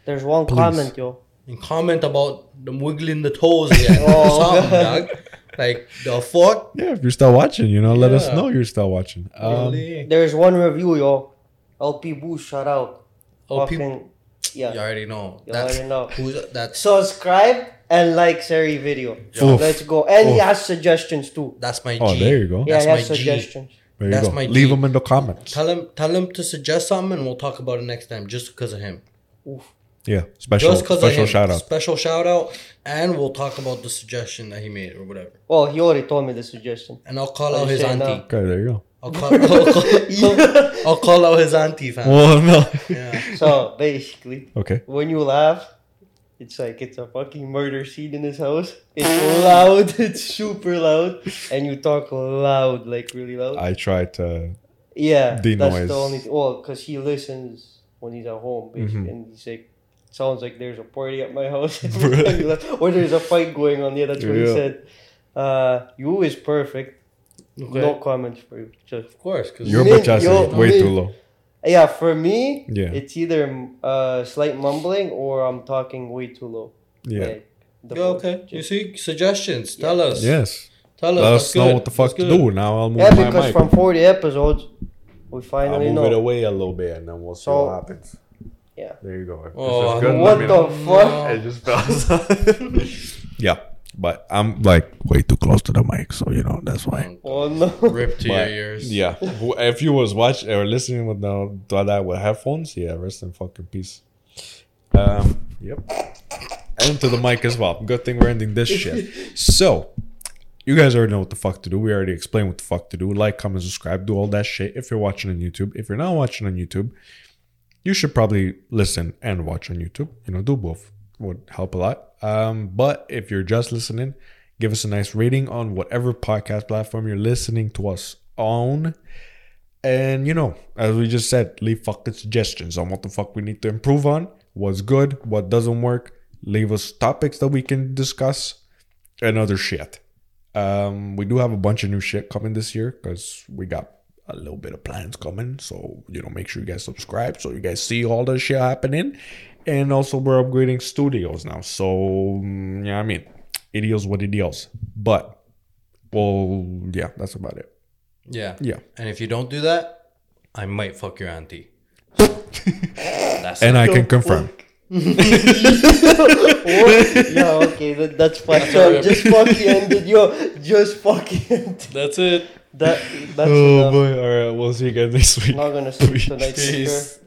B: There's one comment, yo.
C: and comment about them wiggling the
A: [laughs]
C: toes again.
B: Oh.
C: or something, dog. Like the fuck?
A: Yeah, if you're still watching, you know, let us
C: Yeah.
A: know you're still watching. Um,
C: really?
B: There's one review, yo. LP Boo, shout out.
C: Oh,
B: Fucking,
C: people,
B: yeah.
C: you already know.
B: You
C: that's
B: already know.
C: Who's, that's
B: Subscribe and like every video.
A: Oof.
B: Let's go. And he
A: Oof.
B: has suggestions too.
C: that's my.
A: oh,
C: G.
A: there you go.
B: Yeah,
C: That's
B: he has
C: my G.
B: suggestions.
A: There you
C: That's
A: go.
C: my
A: Leave
C: G.
A: them in the comments.
C: Tell him, tell him to suggest something, and we'll talk about it next time. Just because of him.
A: Yeah, special
C: just because of
A: special
C: him.
A: shout out.
C: Special shout out, and we'll talk about the suggestion that he made or whatever.
B: Well, he already told me the suggestion.
C: And I'll call
B: Oh,
C: out
B: you
C: his
B: say
C: auntie.
B: no.
A: Okay, there you go.
C: I'll call, [laughs] I'll, oh, call,
B: [laughs]
C: I'll call out his auntie, fam.
A: Well, [laughs] no.
C: Yeah.
B: So basically,
A: okay.
B: when you laugh, it's like it's a fucking murder scene in his house. It's loud. [laughs] It's super loud, and you talk loud, like really loud.
A: I tried to.
B: Yeah,
A: Uh, the
B: that's
A: noise.
B: the only th- well, because he listens when he's at home, basically,
A: Mhm.
B: and he's like, "Sounds like there's a party at my
A: [laughs]
B: house, [laughs]
A: Bruh.
B: And he left- or there's a fight going on." Yeah, that's what he
A: Yeah.
B: said. Uh, you is perfect.
C: Okay.
B: No comments for you. Just
C: Of course, because
A: Your
B: Lin,
A: bitch ass
B: yo,
A: is way
B: Lin.
A: too low.
B: yeah, for me,
A: Yeah.
B: it's either mm, uh slight mumbling or I'm talking way too low.
A: Yeah.
B: Like, the
C: Yeah, okay.
B: just-
C: You see suggestions. Tell us.
A: Yes.
C: Tell us.
A: Let
C: That's
A: us know
C: good.
A: what the fuck
C: That's
A: to
C: good.
A: do. Now I'll move
B: yeah,
A: my
B: because
A: mic.
B: from 40 episodes, we
A: I'll
B: finally
A: move it
B: know.
A: away a little bit and then we'll see
B: So-
A: what happens.
B: Yeah.
A: There you go. If
C: Oh,
A: this is good,
B: What
A: let me
B: the
A: know.
B: fuck?
A: It just
C: [laughs]
A: fell. yeah, but I'm like way too close to the mic, so you know that's why.
B: Oh
A: [laughs]
B: no!
C: Rip to your
A: But,
C: ears.
A: Yeah, who- if you was watching or listening with now that with headphones, yeah, rest in fucking peace. Um, yep. And to the mic as well. Good thing we're ending this shit. So, you guys already know what the fuck to do. We already explained what the fuck to do. Like, comment, subscribe, do all that shit. If you're watching on YouTube, if you're not watching on YouTube, you should probably listen and watch on YouTube. You know, do both would help a lot. Um, but if you're just listening, give us a nice rating on whatever podcast platform you're listening to us on. And you know, as we just said, leave fucking suggestions on what the fuck we need to improve on, what's good, what doesn't work. Leave us topics that we can discuss and other shit. Um, we do have a bunch of new shit coming this year because we got a little bit of plans coming. So you know, make sure you guys subscribe so you guys see all the shit happening. And also, we're upgrading studios now. So mm, yeah, I mean, it deals what it deals. But well, yeah, that's about it.
C: Yeah.
A: Yeah.
C: And if you don't do that, I might fuck your
A: [laughs]
C: auntie. That's
A: And
C: it.
A: I can confirm.
B: What? [laughs] yeah, okay, that, that's fine. So just fucking ended, yo. Just fucking ended.
C: That's it.
B: That, that's
A: Oh
B: enough.
A: boy! All right, we'll see you guys next week.
B: I'm not gonna sleep tonight.
A: Peace.
B: Peace.